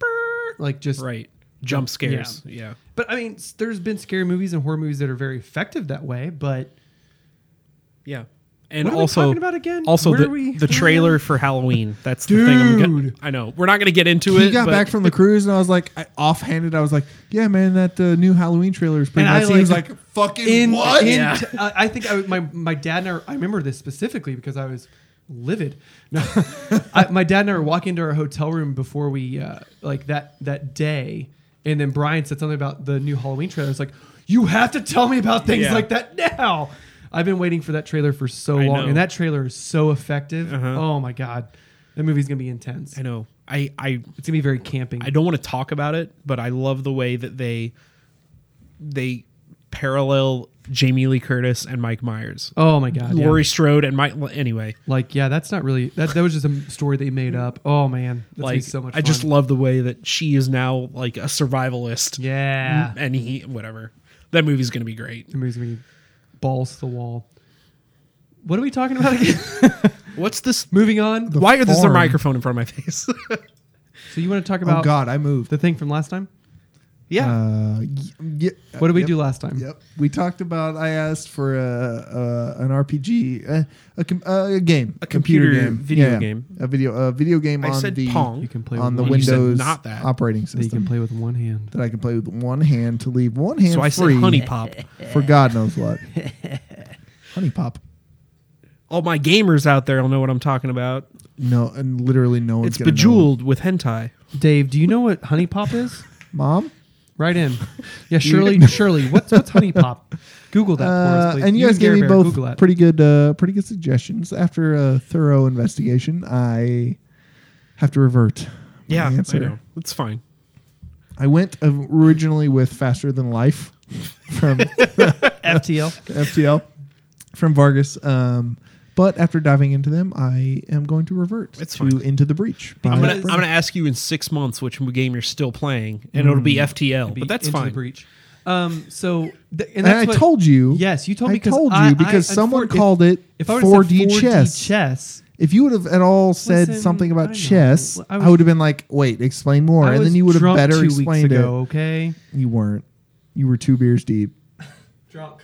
Speaker 2: brrr, like just
Speaker 3: Right. Jump scares. Yeah.
Speaker 2: But I mean, s- there's been scary movies and horror movies that are very effective that way. But
Speaker 3: Yeah. And
Speaker 2: What are we
Speaker 3: also,
Speaker 2: talking about again?
Speaker 3: also
Speaker 2: Where
Speaker 3: the,
Speaker 2: are we-
Speaker 3: the trailer for Halloween. That's the thing. I'm gonna,
Speaker 2: Dude.
Speaker 3: I know we're not going to get into
Speaker 1: He
Speaker 3: it.
Speaker 1: got
Speaker 3: but-
Speaker 1: back from the cruise, and I was like, I, offhanded, I was like, "Yeah, man, that uh, new Halloween trailer is pretty."
Speaker 2: And I,
Speaker 1: nice." He was
Speaker 2: like,
Speaker 1: like, "Fucking
Speaker 2: in,
Speaker 1: what?"
Speaker 2: in-
Speaker 3: Yeah.
Speaker 2: I I think I, my my dad and I, were- I remember this specifically because I was livid. No, I, my dad and I were walking into our hotel room before we uh, like that that day, and then Brian said something about the new Halloween trailer. It's like you have to tell me about things
Speaker 3: Yeah.
Speaker 2: like that now. I've been waiting for that trailer for so long,
Speaker 3: I know. Uh-huh.
Speaker 2: and that trailer is so effective. Oh my god, that movie's gonna be intense.
Speaker 3: I know. I, I
Speaker 2: It's gonna be very camping.
Speaker 3: I don't want to talk about it, but I love the way that they they parallel Jamie Lee Curtis and Mike Myers.
Speaker 2: oh my god, yeah.
Speaker 3: Laurie Strode and Mike anyway.
Speaker 2: Like, yeah, that's not really that. That was just a story they made up. Oh man, that's gonna be
Speaker 3: Like
Speaker 2: so much.
Speaker 3: I just
Speaker 2: fun.
Speaker 3: love the way that she is now like a survivalist.
Speaker 2: yeah.
Speaker 3: And he whatever. That movie's going to be great.
Speaker 2: The movie's gonna be balls to the wall. What are we talking about again?
Speaker 3: What's this
Speaker 2: Moving on.
Speaker 1: The
Speaker 3: Why is there a
Speaker 1: farm.
Speaker 3: microphone in front of my face?
Speaker 2: So you want to talk
Speaker 1: Oh
Speaker 2: about
Speaker 1: God, I moved.
Speaker 2: the thing from last time?
Speaker 3: yeah.
Speaker 1: Uh, y- y-
Speaker 2: What did we
Speaker 1: yep,
Speaker 2: do last time?
Speaker 1: Yep, we talked about. I asked for a, a an RPG, uh, a, com- uh, a game, a
Speaker 3: computer video game.
Speaker 1: a video, a video game
Speaker 3: I
Speaker 1: on
Speaker 3: said
Speaker 1: the
Speaker 3: Pong.
Speaker 2: You can play
Speaker 1: on the
Speaker 2: with one.
Speaker 3: You said
Speaker 1: Windows
Speaker 3: not that.
Speaker 1: operating
Speaker 2: That you
Speaker 1: system
Speaker 2: can play with one hand.
Speaker 1: that I can play with one hand to leave one hand
Speaker 3: so I
Speaker 1: free
Speaker 3: say honey pop.
Speaker 1: for God knows what. honey pop.
Speaker 3: All my gamers out there will know what I'm talking about.
Speaker 1: No, and literally no one's
Speaker 3: It's
Speaker 1: gonna know.
Speaker 3: bejeweled with hentai.
Speaker 2: Dave, do you know what honey pop is?
Speaker 1: Mom.
Speaker 2: Right in. Yeah, Shirley. Shirley, what's what's honey pop? Google that for us,
Speaker 1: Uh,
Speaker 2: please.
Speaker 1: and you guys gave
Speaker 2: Gary
Speaker 1: me
Speaker 2: Bear,
Speaker 1: both
Speaker 2: Google that.
Speaker 1: pretty good, uh, pretty good suggestions. After a thorough investigation, I have to revert. my
Speaker 3: Yeah, I
Speaker 1: answer.
Speaker 3: know. It's fine.
Speaker 1: I went originally with "Faster Than Life" from
Speaker 2: FTL.
Speaker 1: FTL from Vargas, um, but after diving into them, I am going to revert
Speaker 3: It's
Speaker 1: to
Speaker 3: fine.
Speaker 1: "Into the Breach." by
Speaker 3: I'm gonna, I'm
Speaker 1: Brandon.
Speaker 3: gonna ask you in six months which game you're still playing, and Hmm. it'll be FTL.
Speaker 2: be
Speaker 3: but that's
Speaker 2: into the
Speaker 3: fine.
Speaker 2: breach. Um, so th- and,
Speaker 1: and
Speaker 2: that's
Speaker 1: I
Speaker 2: what-
Speaker 1: told you.
Speaker 2: Yes, you told
Speaker 1: I
Speaker 2: me 'cause
Speaker 1: told you
Speaker 2: I- I-
Speaker 1: because
Speaker 2: I-
Speaker 1: someone
Speaker 2: if-
Speaker 1: called it
Speaker 2: if I would've said
Speaker 1: 4D, chess.
Speaker 2: chess.
Speaker 1: If you would have at all said
Speaker 2: Listen,
Speaker 1: something
Speaker 2: I
Speaker 1: about
Speaker 2: know.
Speaker 1: chess,
Speaker 2: I
Speaker 1: I,
Speaker 2: was-
Speaker 1: would have been like, "Wait, explain more,"
Speaker 2: I
Speaker 1: and
Speaker 2: was
Speaker 1: then you would have
Speaker 2: drunk
Speaker 1: better
Speaker 2: two
Speaker 1: explained
Speaker 2: weeks
Speaker 1: it.
Speaker 2: ago, Okay,
Speaker 1: You weren't. You were two beers deep.
Speaker 2: drunk.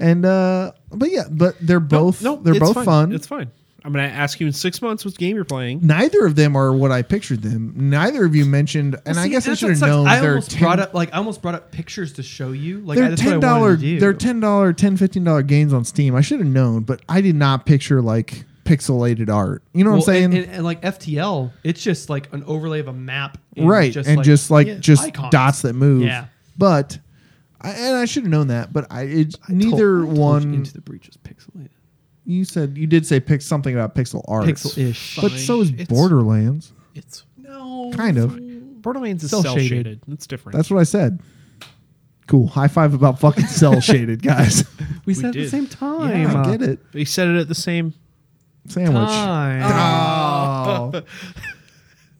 Speaker 1: And uh but yeah, but they're both
Speaker 3: No,
Speaker 1: they're
Speaker 3: it's
Speaker 1: both
Speaker 3: fine.
Speaker 1: fun.
Speaker 3: It's fine. I'm gonna ask you in six months which game you're playing.
Speaker 1: Neither of them are what I pictured them. Neither of you mentioned, and I guess I should have known
Speaker 2: I
Speaker 1: they're
Speaker 2: almost brought
Speaker 1: ten,
Speaker 2: up like I almost brought up pictures to show you. Like I,
Speaker 1: they're
Speaker 2: that's
Speaker 1: ten
Speaker 2: what I wanted
Speaker 1: dollar
Speaker 2: to do.
Speaker 1: they're ten dollar ten fifteen dollar games on Steam. I should have known, but I did not picture like pixelated art. You know
Speaker 2: Well,
Speaker 1: what I'm saying?
Speaker 2: And, and- and, like FTL, it's just like an overlay of a map, and
Speaker 1: right
Speaker 2: Just
Speaker 1: and
Speaker 2: like,
Speaker 1: just like
Speaker 2: yeah,
Speaker 1: just
Speaker 2: icons.
Speaker 1: dots that move
Speaker 2: Yeah.
Speaker 1: but I, and i should have known that but i it,
Speaker 2: I told-
Speaker 1: neither
Speaker 2: I told you
Speaker 1: one you,
Speaker 2: into the breach is pixelated,
Speaker 1: said you did say pick something about pixel art
Speaker 2: pixel ish.
Speaker 1: but so is
Speaker 3: It's-
Speaker 1: borderlands
Speaker 3: It's no
Speaker 1: kind of
Speaker 3: Borderlands is
Speaker 2: Cell
Speaker 3: cell
Speaker 2: shaded.
Speaker 3: shaded. It's different.
Speaker 1: that's what i said cool high five about fucking cell shaded guys
Speaker 2: we said at the
Speaker 3: did.
Speaker 2: same time.
Speaker 1: i get it
Speaker 3: they said it at the same.
Speaker 1: sandwich
Speaker 2: Time.
Speaker 1: oh.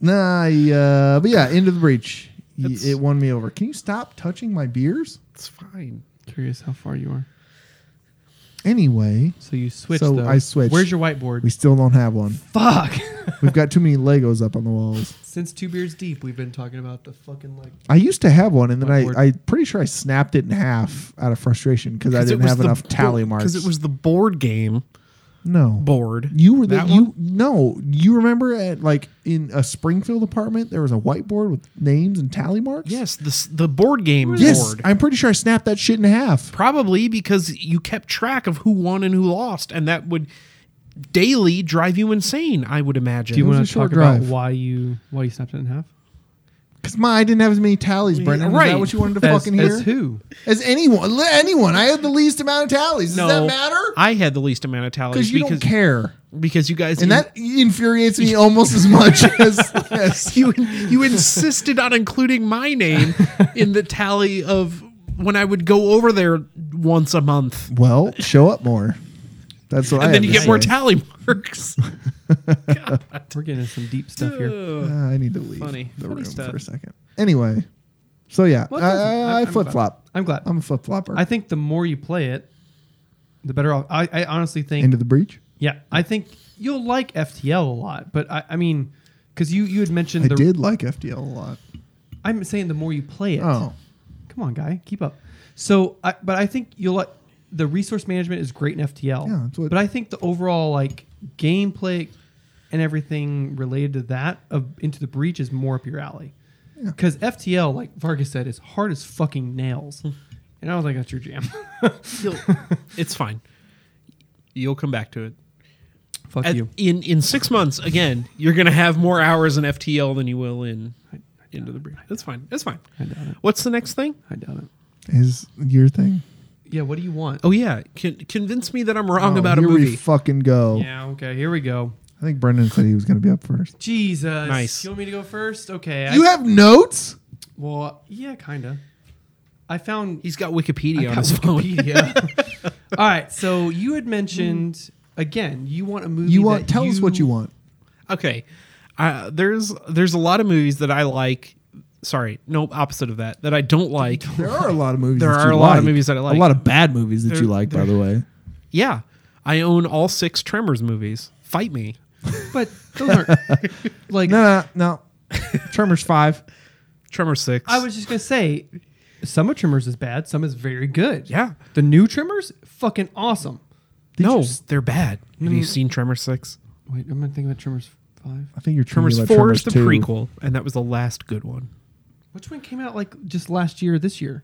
Speaker 1: nah yeah but yeah into the breach Y-
Speaker 3: That's-
Speaker 1: it won me over can you stop touching my beers
Speaker 3: It's fine.
Speaker 2: Curious how far you are.
Speaker 1: anyway
Speaker 2: So you switched.
Speaker 1: So
Speaker 2: though.
Speaker 1: I switched.
Speaker 2: Where's your whiteboard?
Speaker 1: we still don't have one
Speaker 2: Fuck.
Speaker 1: we've got too many legos up on the walls
Speaker 2: Since two beers deep, we've been talking about the fucking like.
Speaker 1: I used to have one, and then
Speaker 2: My
Speaker 1: I,
Speaker 2: word.
Speaker 1: I pretty sure I snapped it in half out of frustration because I
Speaker 3: Because it
Speaker 1: didn't
Speaker 3: was
Speaker 1: have
Speaker 3: the
Speaker 1: enough
Speaker 3: bo-
Speaker 1: tally marks.
Speaker 3: Because it was the board game
Speaker 1: no
Speaker 3: board.
Speaker 1: You were the
Speaker 3: That
Speaker 1: you no you remember at like in a Springfield apartment there was a whiteboard with names and tally marks.
Speaker 3: Yes, the s- the board game
Speaker 1: yes,
Speaker 3: board.
Speaker 1: I'm pretty sure I snapped that shit in half.
Speaker 3: Probably because you kept track of who won and who lost, and that would daily drive you insane. I would imagine.
Speaker 2: Do you
Speaker 1: was
Speaker 2: want
Speaker 1: a
Speaker 2: to
Speaker 1: short
Speaker 2: talk about
Speaker 1: drive.
Speaker 2: why you why you snapped it in half?
Speaker 1: Because my I didn't have as many tallies, Brendan. Is that
Speaker 3: right.
Speaker 1: what you wanted to
Speaker 2: As,
Speaker 1: fucking hear?
Speaker 2: as who?
Speaker 1: As anyone, li- anyone. I had the least amount of tallies. Does that matter?
Speaker 3: I had the least amount of tallies
Speaker 1: Because you
Speaker 3: because
Speaker 1: don't care,
Speaker 3: because you guys
Speaker 1: and that infuriates me almost as much as, as
Speaker 3: you you insisted on including my name in the tally of when I would go over there once a month,
Speaker 1: Well, show up more. That's what I.
Speaker 3: and then
Speaker 1: have
Speaker 3: you
Speaker 1: to
Speaker 3: get more
Speaker 1: say.
Speaker 3: tally marks.
Speaker 2: We're getting into some deep stuff here.
Speaker 1: Uh, I need to leave
Speaker 3: Funny.
Speaker 1: the
Speaker 3: Funny
Speaker 1: room
Speaker 3: stuff.
Speaker 1: for a second. Anyway, so yeah, I,
Speaker 2: Well, it doesn't- I'm-
Speaker 1: Uh, I, Um,
Speaker 2: I'm
Speaker 1: flip flop.
Speaker 2: glad. I'm glad.
Speaker 1: I'm a flip flopper.
Speaker 2: I think the more you play it, the better off. I, I honestly think.
Speaker 1: Into the breach.
Speaker 2: yeah, I think you'll like FTL a lot, but I, I mean, because you you had mentioned
Speaker 1: I
Speaker 2: the.
Speaker 1: did like FDL a lot.
Speaker 2: I'm saying the more you play it.
Speaker 1: Oh,
Speaker 2: Come on, guy, keep up. So, I, but I think you'll like the resource management is great in FTL.
Speaker 1: Yeah, that's what-
Speaker 2: but I think the overall like gameplay and everything related to that of Into the Breach is more up your alley.
Speaker 1: Yeah.
Speaker 2: Because FTL, like Vargas said, is hard as fucking nails. And I was like, that's your jam.
Speaker 3: You'll- it's fine. You'll come back to it.
Speaker 2: Fuck
Speaker 3: At-
Speaker 2: you.
Speaker 3: In in six months, again, you're gonna have more hours in FTL than you will in into the breach. That's fine. That's fine.
Speaker 2: I doubt it.
Speaker 3: What's the next thing?
Speaker 2: I doubt it.
Speaker 1: is your thing?
Speaker 2: Yeah, what do you want?
Speaker 3: Oh yeah, Con- convince me that I'm wrong
Speaker 1: Oh,
Speaker 3: about a
Speaker 1: here
Speaker 3: movie.
Speaker 1: we fucking go.
Speaker 2: Yeah, okay, here we go.
Speaker 1: I think Brendan said he was going to be up first.
Speaker 2: Jesus.
Speaker 3: Nice.
Speaker 2: You want me to go first? Okay.
Speaker 1: You
Speaker 2: I,
Speaker 1: have notes?
Speaker 2: well, yeah, kind of. I found
Speaker 3: He's got Wikipedia on
Speaker 2: got
Speaker 3: his phone.
Speaker 2: Wikipedia. All right, so you had mentioned again. You want a movie?
Speaker 1: You want?
Speaker 2: that
Speaker 1: Tell us what you want.
Speaker 3: Okay, uh, there's there's a lot of movies that I like. Sorry, no, opposite of that that I don't like.
Speaker 1: There are a lot of movies.
Speaker 3: There
Speaker 1: that
Speaker 3: are
Speaker 1: you
Speaker 3: a lot of
Speaker 1: like.
Speaker 3: movies that I like.
Speaker 1: A lot of bad movies that
Speaker 3: There-
Speaker 1: you like, by the way.
Speaker 3: Yeah, I own all six Tremors movies. Fight me.
Speaker 2: But those aren't like.
Speaker 1: No, no, no. Tremors five.
Speaker 3: Tremors six.
Speaker 2: I was just gonna say, some of Trimmers is bad. Some is very good.
Speaker 3: Yeah.
Speaker 2: The new Trimmers, fucking awesome.
Speaker 3: no, they're bad. Have you
Speaker 2: Mm.
Speaker 3: seen Tremors six?
Speaker 2: Wait, I'm gonna think about Trimmers five.
Speaker 1: I think you're
Speaker 3: Tremors
Speaker 1: thinking about
Speaker 3: four
Speaker 1: Tremors
Speaker 3: is the
Speaker 1: 2.
Speaker 3: prequel, and that was the last good one.
Speaker 2: Which one came out like just last year? or This year?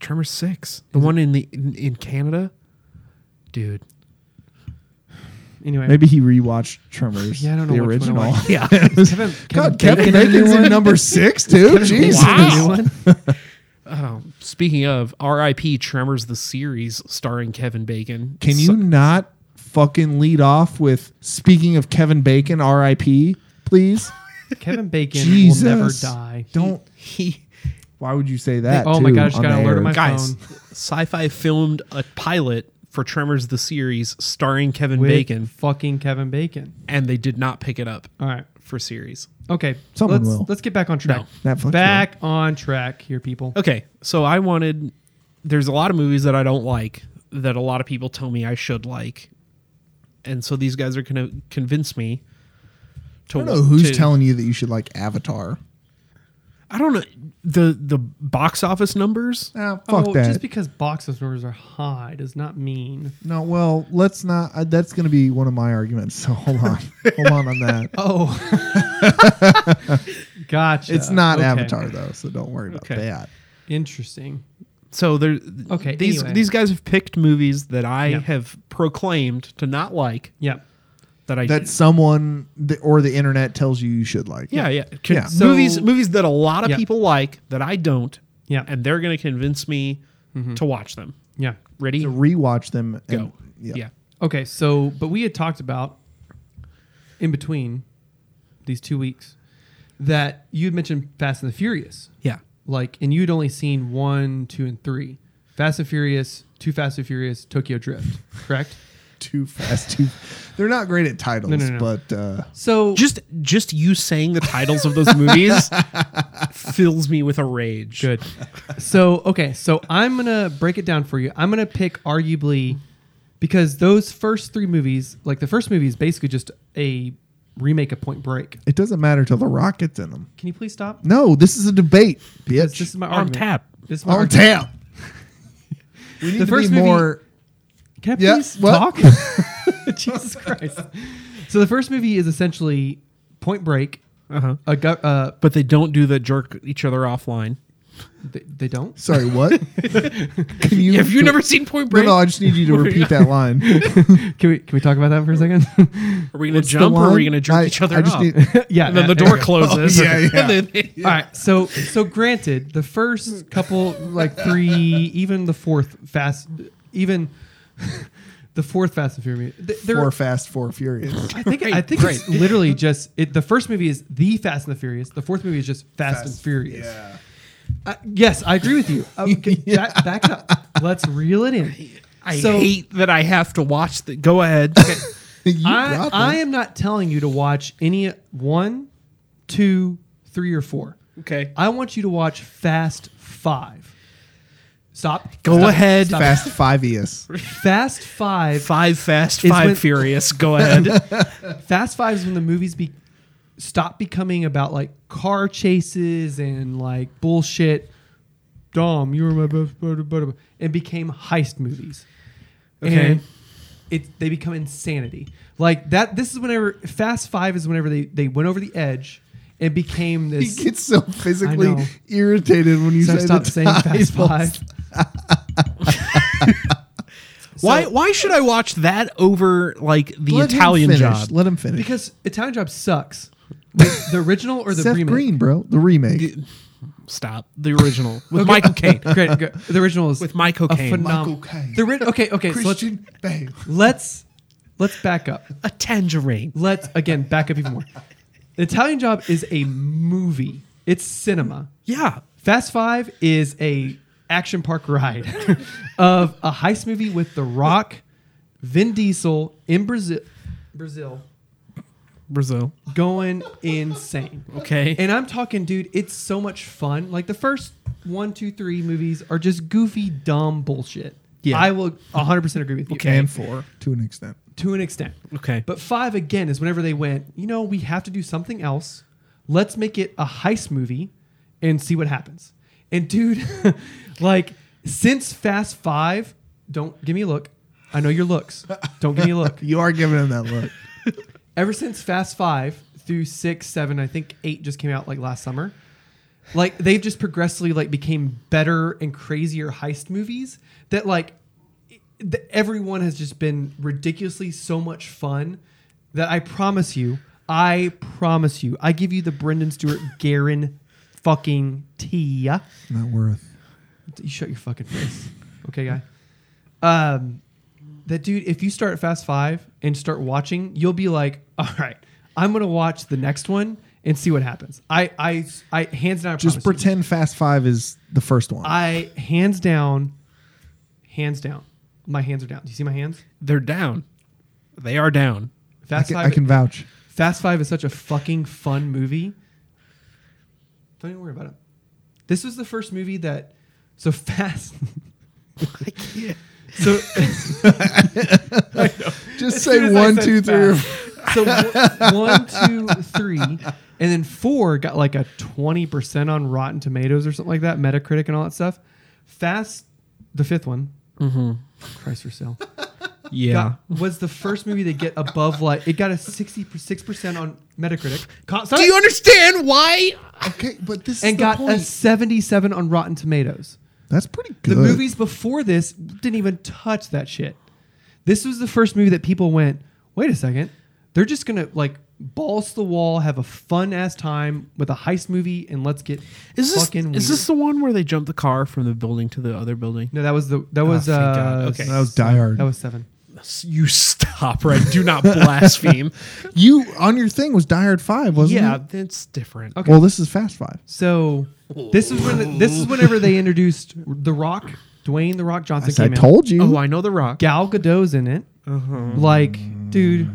Speaker 3: Tremors six, the one in the in, in Canada, dude.
Speaker 2: Anyway,
Speaker 1: Maybe he rewatched Tremors.
Speaker 2: Yeah, I don't know
Speaker 1: the
Speaker 2: which one I
Speaker 1: original.
Speaker 2: watched.
Speaker 3: Yeah.
Speaker 2: Kevin,
Speaker 1: God, Kevin Bacon's in number six too. Jesus.
Speaker 3: Wow.
Speaker 2: Wow.
Speaker 3: Oh, speaking of R.I.P. Tremors the series starring Kevin Bacon.
Speaker 1: Can you
Speaker 3: So-
Speaker 1: not fucking lead off with speaking of Kevin Bacon, R.I.P. Please?
Speaker 2: Kevin Bacon
Speaker 1: Jesus.
Speaker 2: will never die.
Speaker 1: Don't.
Speaker 3: he
Speaker 1: Why would you say that?
Speaker 2: oh my
Speaker 1: too,
Speaker 2: God, I just
Speaker 1: on
Speaker 2: got an
Speaker 1: the
Speaker 2: alert on
Speaker 1: air?
Speaker 2: my
Speaker 3: guys?
Speaker 2: phone.
Speaker 3: Sci-fi filmed a pilot for Tremors the series starring Kevin
Speaker 2: With
Speaker 3: Bacon,
Speaker 2: Fucking Kevin Bacon.
Speaker 3: and they did not pick it up
Speaker 2: All right.
Speaker 3: for series.
Speaker 2: Okay,
Speaker 1: Someone
Speaker 2: let's,
Speaker 1: will.
Speaker 2: let's get back on track.
Speaker 1: No. Netflix
Speaker 2: back on track here, people.
Speaker 3: Okay, so I wanted. There's a lot of movies that I don't like that a lot of people tell me I should like, and so these guys are gonna convince me. To,
Speaker 1: I don't know who's
Speaker 3: to-
Speaker 1: telling you that you should like Avatar.
Speaker 3: I don't know the the box office numbers.
Speaker 1: Ah, fuck
Speaker 2: oh,
Speaker 1: that.
Speaker 2: Just because box office numbers are high does not mean.
Speaker 1: no, well, let's not. Uh, that's going to be one of my arguments. So hold on, hold on on that.
Speaker 2: Oh, gotcha.
Speaker 1: It's not
Speaker 2: Okay.
Speaker 1: Avatar though, so don't worry about
Speaker 3: Okay.
Speaker 1: that.
Speaker 2: Interesting.
Speaker 3: So there.
Speaker 2: Okay,
Speaker 3: These
Speaker 2: anyway.
Speaker 3: these guys have picked movies that I
Speaker 2: Yeah.
Speaker 3: have proclaimed to not like
Speaker 2: Yeah.
Speaker 3: that I
Speaker 1: that someone the, or the internet tells you you should like.
Speaker 3: yeah yeah, Con-
Speaker 1: Yeah.
Speaker 2: So-
Speaker 3: movies movies that a lot of
Speaker 2: Yeah.
Speaker 3: people like that I don't
Speaker 2: Yeah.
Speaker 3: and they're gonna convince me to watch them
Speaker 2: Yeah.
Speaker 3: ready
Speaker 1: To rewatch them. Mm-hmm. And,
Speaker 3: go
Speaker 1: Yeah.
Speaker 2: Okay. So, but we had talked about in between these two weeks that you had mentioned Fast and the Furious.
Speaker 3: yeah
Speaker 2: like and you'd only seen one two and three fast and furious two fast and furious tokyo drift correct
Speaker 1: Too fast. Too. They're not great at titles,
Speaker 2: No, no, no.
Speaker 1: but uh,
Speaker 2: so
Speaker 3: just just you saying the titles of those movies fills me with a rage
Speaker 2: good so okay so i'm gonna break it down for you i'm gonna pick arguably because those first three movies like the first movie is basically just a remake of point break
Speaker 1: it doesn't matter till the rock gets in them.
Speaker 2: can you please stop
Speaker 1: No, this is a debate,
Speaker 2: Because
Speaker 1: bitch. Oh,
Speaker 2: this is my
Speaker 3: On
Speaker 2: argument.
Speaker 3: tap.
Speaker 2: this is my
Speaker 1: on
Speaker 2: argument.
Speaker 1: tap. we need
Speaker 2: The
Speaker 1: to
Speaker 2: first
Speaker 1: be
Speaker 2: movie-
Speaker 1: more.
Speaker 2: Can I
Speaker 1: Yeah,
Speaker 2: please
Speaker 1: what?
Speaker 2: talk? Jesus Christ. So the first movie is essentially Point Break.
Speaker 3: Uh-huh.
Speaker 2: A gu- uh,
Speaker 3: but they don't do the jerk each other offline
Speaker 2: they, they don't.
Speaker 1: Sorry, what? Can you?
Speaker 3: have you never seen Point
Speaker 1: No,
Speaker 3: Break
Speaker 1: no, I just need you to repeat that line.
Speaker 2: Can we can we talk about that for a second?
Speaker 3: are we gonna jump or are we gonna jerk
Speaker 1: I-
Speaker 3: each other
Speaker 1: I just
Speaker 3: off
Speaker 1: need-
Speaker 2: yeah.
Speaker 3: and then
Speaker 2: uh,
Speaker 3: the
Speaker 2: there
Speaker 3: door
Speaker 2: we go.
Speaker 3: closes
Speaker 1: Oh, yeah, yeah.
Speaker 3: And then they-
Speaker 2: All right. So so granted, the first couple like three, even the fourth fast, even the fourth Fast and Furious. th- they're-
Speaker 1: four fast, four furious.
Speaker 2: I think I think it's literally just it, the first movie is the Fast and the Furious. The fourth movie is just Fast, and Furious.
Speaker 1: Yeah.
Speaker 2: Uh, yes, I agree with you. Okay, back, back up. Let's reel it in.
Speaker 3: I
Speaker 2: So-
Speaker 3: hate that I have to watch the go ahead
Speaker 1: You
Speaker 2: I,
Speaker 1: got
Speaker 2: I
Speaker 1: that.
Speaker 2: am not telling you to watch any one, two, three, or four.
Speaker 3: okay
Speaker 2: I want you to watch Fast Five. Stop.
Speaker 3: Go
Speaker 2: Stop.
Speaker 3: ahead.
Speaker 2: Stop.
Speaker 1: fast five E es.
Speaker 2: Fast Five.
Speaker 3: five fast
Speaker 2: It's
Speaker 3: five
Speaker 2: when-
Speaker 3: furious go ahead
Speaker 2: Fast Five is when the movies be stop becoming about like car chases and like bullshit. Dom, you were my best, blah, blah, blah, blah, and became heist movies.
Speaker 3: Okay.
Speaker 2: And it they become insanity. Like that. This is whenever Fast Five is whenever they they went over the edge and became
Speaker 1: He
Speaker 2: this.
Speaker 1: gets so physically
Speaker 2: know.
Speaker 1: irritated when you
Speaker 2: So I
Speaker 1: say
Speaker 2: stopped
Speaker 1: the
Speaker 2: saying Fast
Speaker 1: titles.
Speaker 2: Five.
Speaker 3: why why should I watch that over like the
Speaker 1: Let him
Speaker 3: Italian
Speaker 1: finish.
Speaker 3: job
Speaker 1: Let him finish.
Speaker 2: Because Italian Job sucks. Like, the original or the
Speaker 1: Seth
Speaker 2: remake?
Speaker 1: Green, bro, the remake.
Speaker 3: stop the original with Michael Caine
Speaker 2: Great, great. The original is
Speaker 3: With Michael
Speaker 2: a
Speaker 3: Caine.
Speaker 2: phenom-
Speaker 1: Michael Caine.
Speaker 2: The ri- okay, okay. so let's
Speaker 1: Christian Bale.
Speaker 2: let's let's back up.
Speaker 3: a tangerine
Speaker 2: Let's again back up even more. The Italian Job is a movie. It's cinema.
Speaker 3: yeah
Speaker 2: Fast Five is a action park ride of a heist movie with The Rock, Vin Diesel in Brazil, Brazil
Speaker 3: Brazil
Speaker 2: going insane.
Speaker 3: okay
Speaker 2: And I'm talking, dude, it's so much fun. Like the first one, two, three movies are just goofy, dumb bullshit.
Speaker 3: Yeah.
Speaker 2: I will 100% agree with you.
Speaker 3: Okay.
Speaker 1: And four to an extent.
Speaker 2: To an extent.
Speaker 3: okay
Speaker 2: But five again is whenever they went, you know, we have to do something else. Let's make it a heist movie and see what happens. And dude, like since Fast Five, don't give me a look. I know your looks. Don't give me a look.
Speaker 1: You are giving him that look.
Speaker 2: Ever since Fast Five through six, seven, I think eight just came out like last summer. Like they've just progressively like became better and crazier heist movies that like the, everyone has just been ridiculously so much fun that I promise you, I promise you, I give you the Brendan Stewart Garin fucking tea.
Speaker 1: Not worth.
Speaker 2: You shut your fucking face, okay, guy. Um, that dude, if you start Fast Five and start watching, you'll be like, all right, I'm gonna watch the next one and see what happens. I, I, I hands down, I
Speaker 1: Just
Speaker 2: promise you.
Speaker 1: pretend Fast Five is the first one.
Speaker 2: I hands down, hands down. My hands are down. Do you see my hands?
Speaker 3: they're down they are down
Speaker 1: I
Speaker 2: Fast
Speaker 1: can,
Speaker 2: Five.
Speaker 1: I can vouch.
Speaker 2: Fast Five is such a fucking fun movie. Don't even worry about it. This was the first movie that so fast.
Speaker 3: I can't
Speaker 2: So
Speaker 1: Just
Speaker 2: soon
Speaker 1: say
Speaker 2: as I
Speaker 1: one,
Speaker 2: said
Speaker 1: two, three.
Speaker 2: fast. So w- one, two, three, and then four got like a twenty percent on Rotten Tomatoes or something like that, Metacritic and all that stuff. Fast, the fifth one. Mm-hmm. Christ for sale.
Speaker 3: yeah
Speaker 2: Got, was the first movie to get above like it got a sixty six percent on Metacritic. Con-
Speaker 3: do you understand why
Speaker 1: Okay, but this is
Speaker 2: and
Speaker 1: the
Speaker 2: got a
Speaker 1: point.
Speaker 2: seventy seven on Rotten Tomatoes.
Speaker 1: That's pretty good.
Speaker 2: The movies before this didn't even touch that shit. This was the first movie that people went, wait a second, They're just gonna like balls to the wall, have a fun ass time with a heist movie, and let's get
Speaker 3: Is this
Speaker 2: fucking
Speaker 3: is
Speaker 2: weird.
Speaker 3: this the one where they jump the car from the building to the other building?
Speaker 2: No, that was the that was
Speaker 3: Oh, thank God.
Speaker 2: uh
Speaker 3: Okay.
Speaker 1: That was Die Hard.
Speaker 2: That was seven.
Speaker 3: You stop right. Do not blaspheme.
Speaker 1: you on your thing was Die Hard Five, wasn't
Speaker 3: yeah,
Speaker 1: it?
Speaker 3: that's different.
Speaker 2: Okay.
Speaker 1: Well, this is Fast Five.
Speaker 2: So this is when the, this is whenever they introduced The Rock, Dwayne The Rock Johnson
Speaker 1: I
Speaker 2: came out.
Speaker 1: told you,
Speaker 3: Oh, I know the Rock.
Speaker 2: Gal Gadot's in it. Like, dude,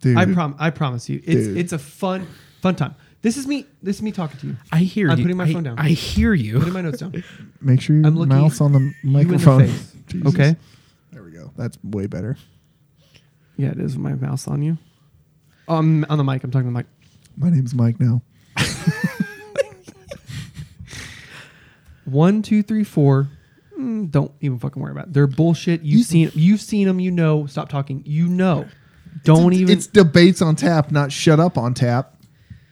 Speaker 1: dude.
Speaker 2: I prom I promise you, it's
Speaker 1: Dude.
Speaker 2: it's a fun fun time. This is me. This is me talking to you.
Speaker 3: I hear
Speaker 2: I'm
Speaker 3: you.
Speaker 2: putting my
Speaker 3: I-
Speaker 2: phone down.
Speaker 3: I hear
Speaker 2: Putting
Speaker 3: you.
Speaker 2: my notes down.
Speaker 1: Make sure your
Speaker 2: I'm looking
Speaker 1: mouth's on the
Speaker 2: in the
Speaker 1: microphone.
Speaker 2: face.
Speaker 1: Jesus.
Speaker 2: Okay.
Speaker 1: There we go. That's way better.
Speaker 2: Yeah, it is with my mouse on you. Um, on the mic. I'm talking to the mic.
Speaker 1: My name's Mike now.
Speaker 2: One, two, three, four. Mm, don't even fucking worry about it. They're bullshit. You've seen you've seen them. You know. Stop talking. You know. Don't
Speaker 1: It's-
Speaker 2: even.
Speaker 1: It's debates on tap, not shut up on tap.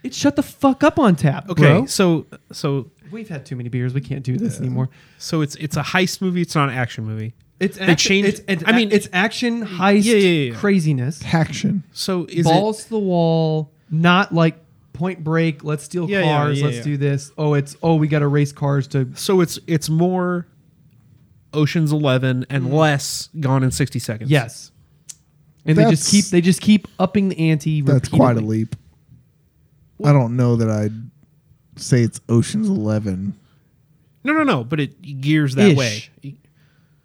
Speaker 2: It's shut the fuck up on tap.
Speaker 3: Okay,
Speaker 2: bro.
Speaker 3: so so
Speaker 2: We've had too many beers. We can't do this anymore.
Speaker 3: so it's it's a heist movie. It's not an action movie.
Speaker 2: It's
Speaker 3: They changed-
Speaker 2: It's, it's,
Speaker 3: I mean-
Speaker 2: it's action heist
Speaker 3: Yeah, yeah, yeah, yeah.
Speaker 2: craziness.
Speaker 1: Action.
Speaker 3: So is
Speaker 2: balls to the wall, not like Point Break. Let's steal
Speaker 3: Yeah, yeah,
Speaker 2: cars.
Speaker 3: yeah,
Speaker 2: let's
Speaker 3: yeah.
Speaker 2: do this. Oh, it's oh we got to race cars to.
Speaker 3: it so it's it's more Ocean's Eleven and less Gone in sixty seconds.
Speaker 2: Mm. Yes, and they just
Speaker 1: That's-
Speaker 2: keep they just keep upping the ante.
Speaker 1: That's quite a
Speaker 2: repeatedly.
Speaker 1: leap. I don't know that I'd say it's Ocean's Eleven.
Speaker 3: No, no, no. But it gears that
Speaker 2: Ish.
Speaker 3: way.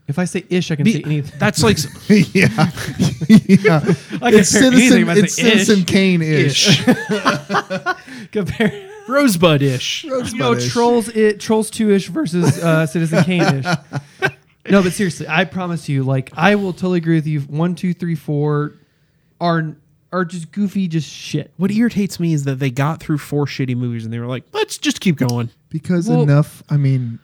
Speaker 2: If I say ish, I can say
Speaker 3: Be,
Speaker 2: anything.
Speaker 3: that's like
Speaker 1: yeah. yeah.
Speaker 2: I
Speaker 1: It's
Speaker 2: compare anything
Speaker 1: Citizen,
Speaker 2: if I
Speaker 1: it's
Speaker 2: say ish.
Speaker 1: Citizen Kane ish.
Speaker 3: ish,
Speaker 2: Compare.
Speaker 3: Rosebud ish.
Speaker 2: You know, trolls it trolls two ish versus uh, Citizen Kane ish. No, but seriously, I promise you, like I will totally agree with you. One, two, three, four are are just goofy, just shit.
Speaker 3: What irritates me is that they got through four shitty movies and they were like, let's just keep going.
Speaker 1: Because
Speaker 2: Well-
Speaker 1: enough. I mean,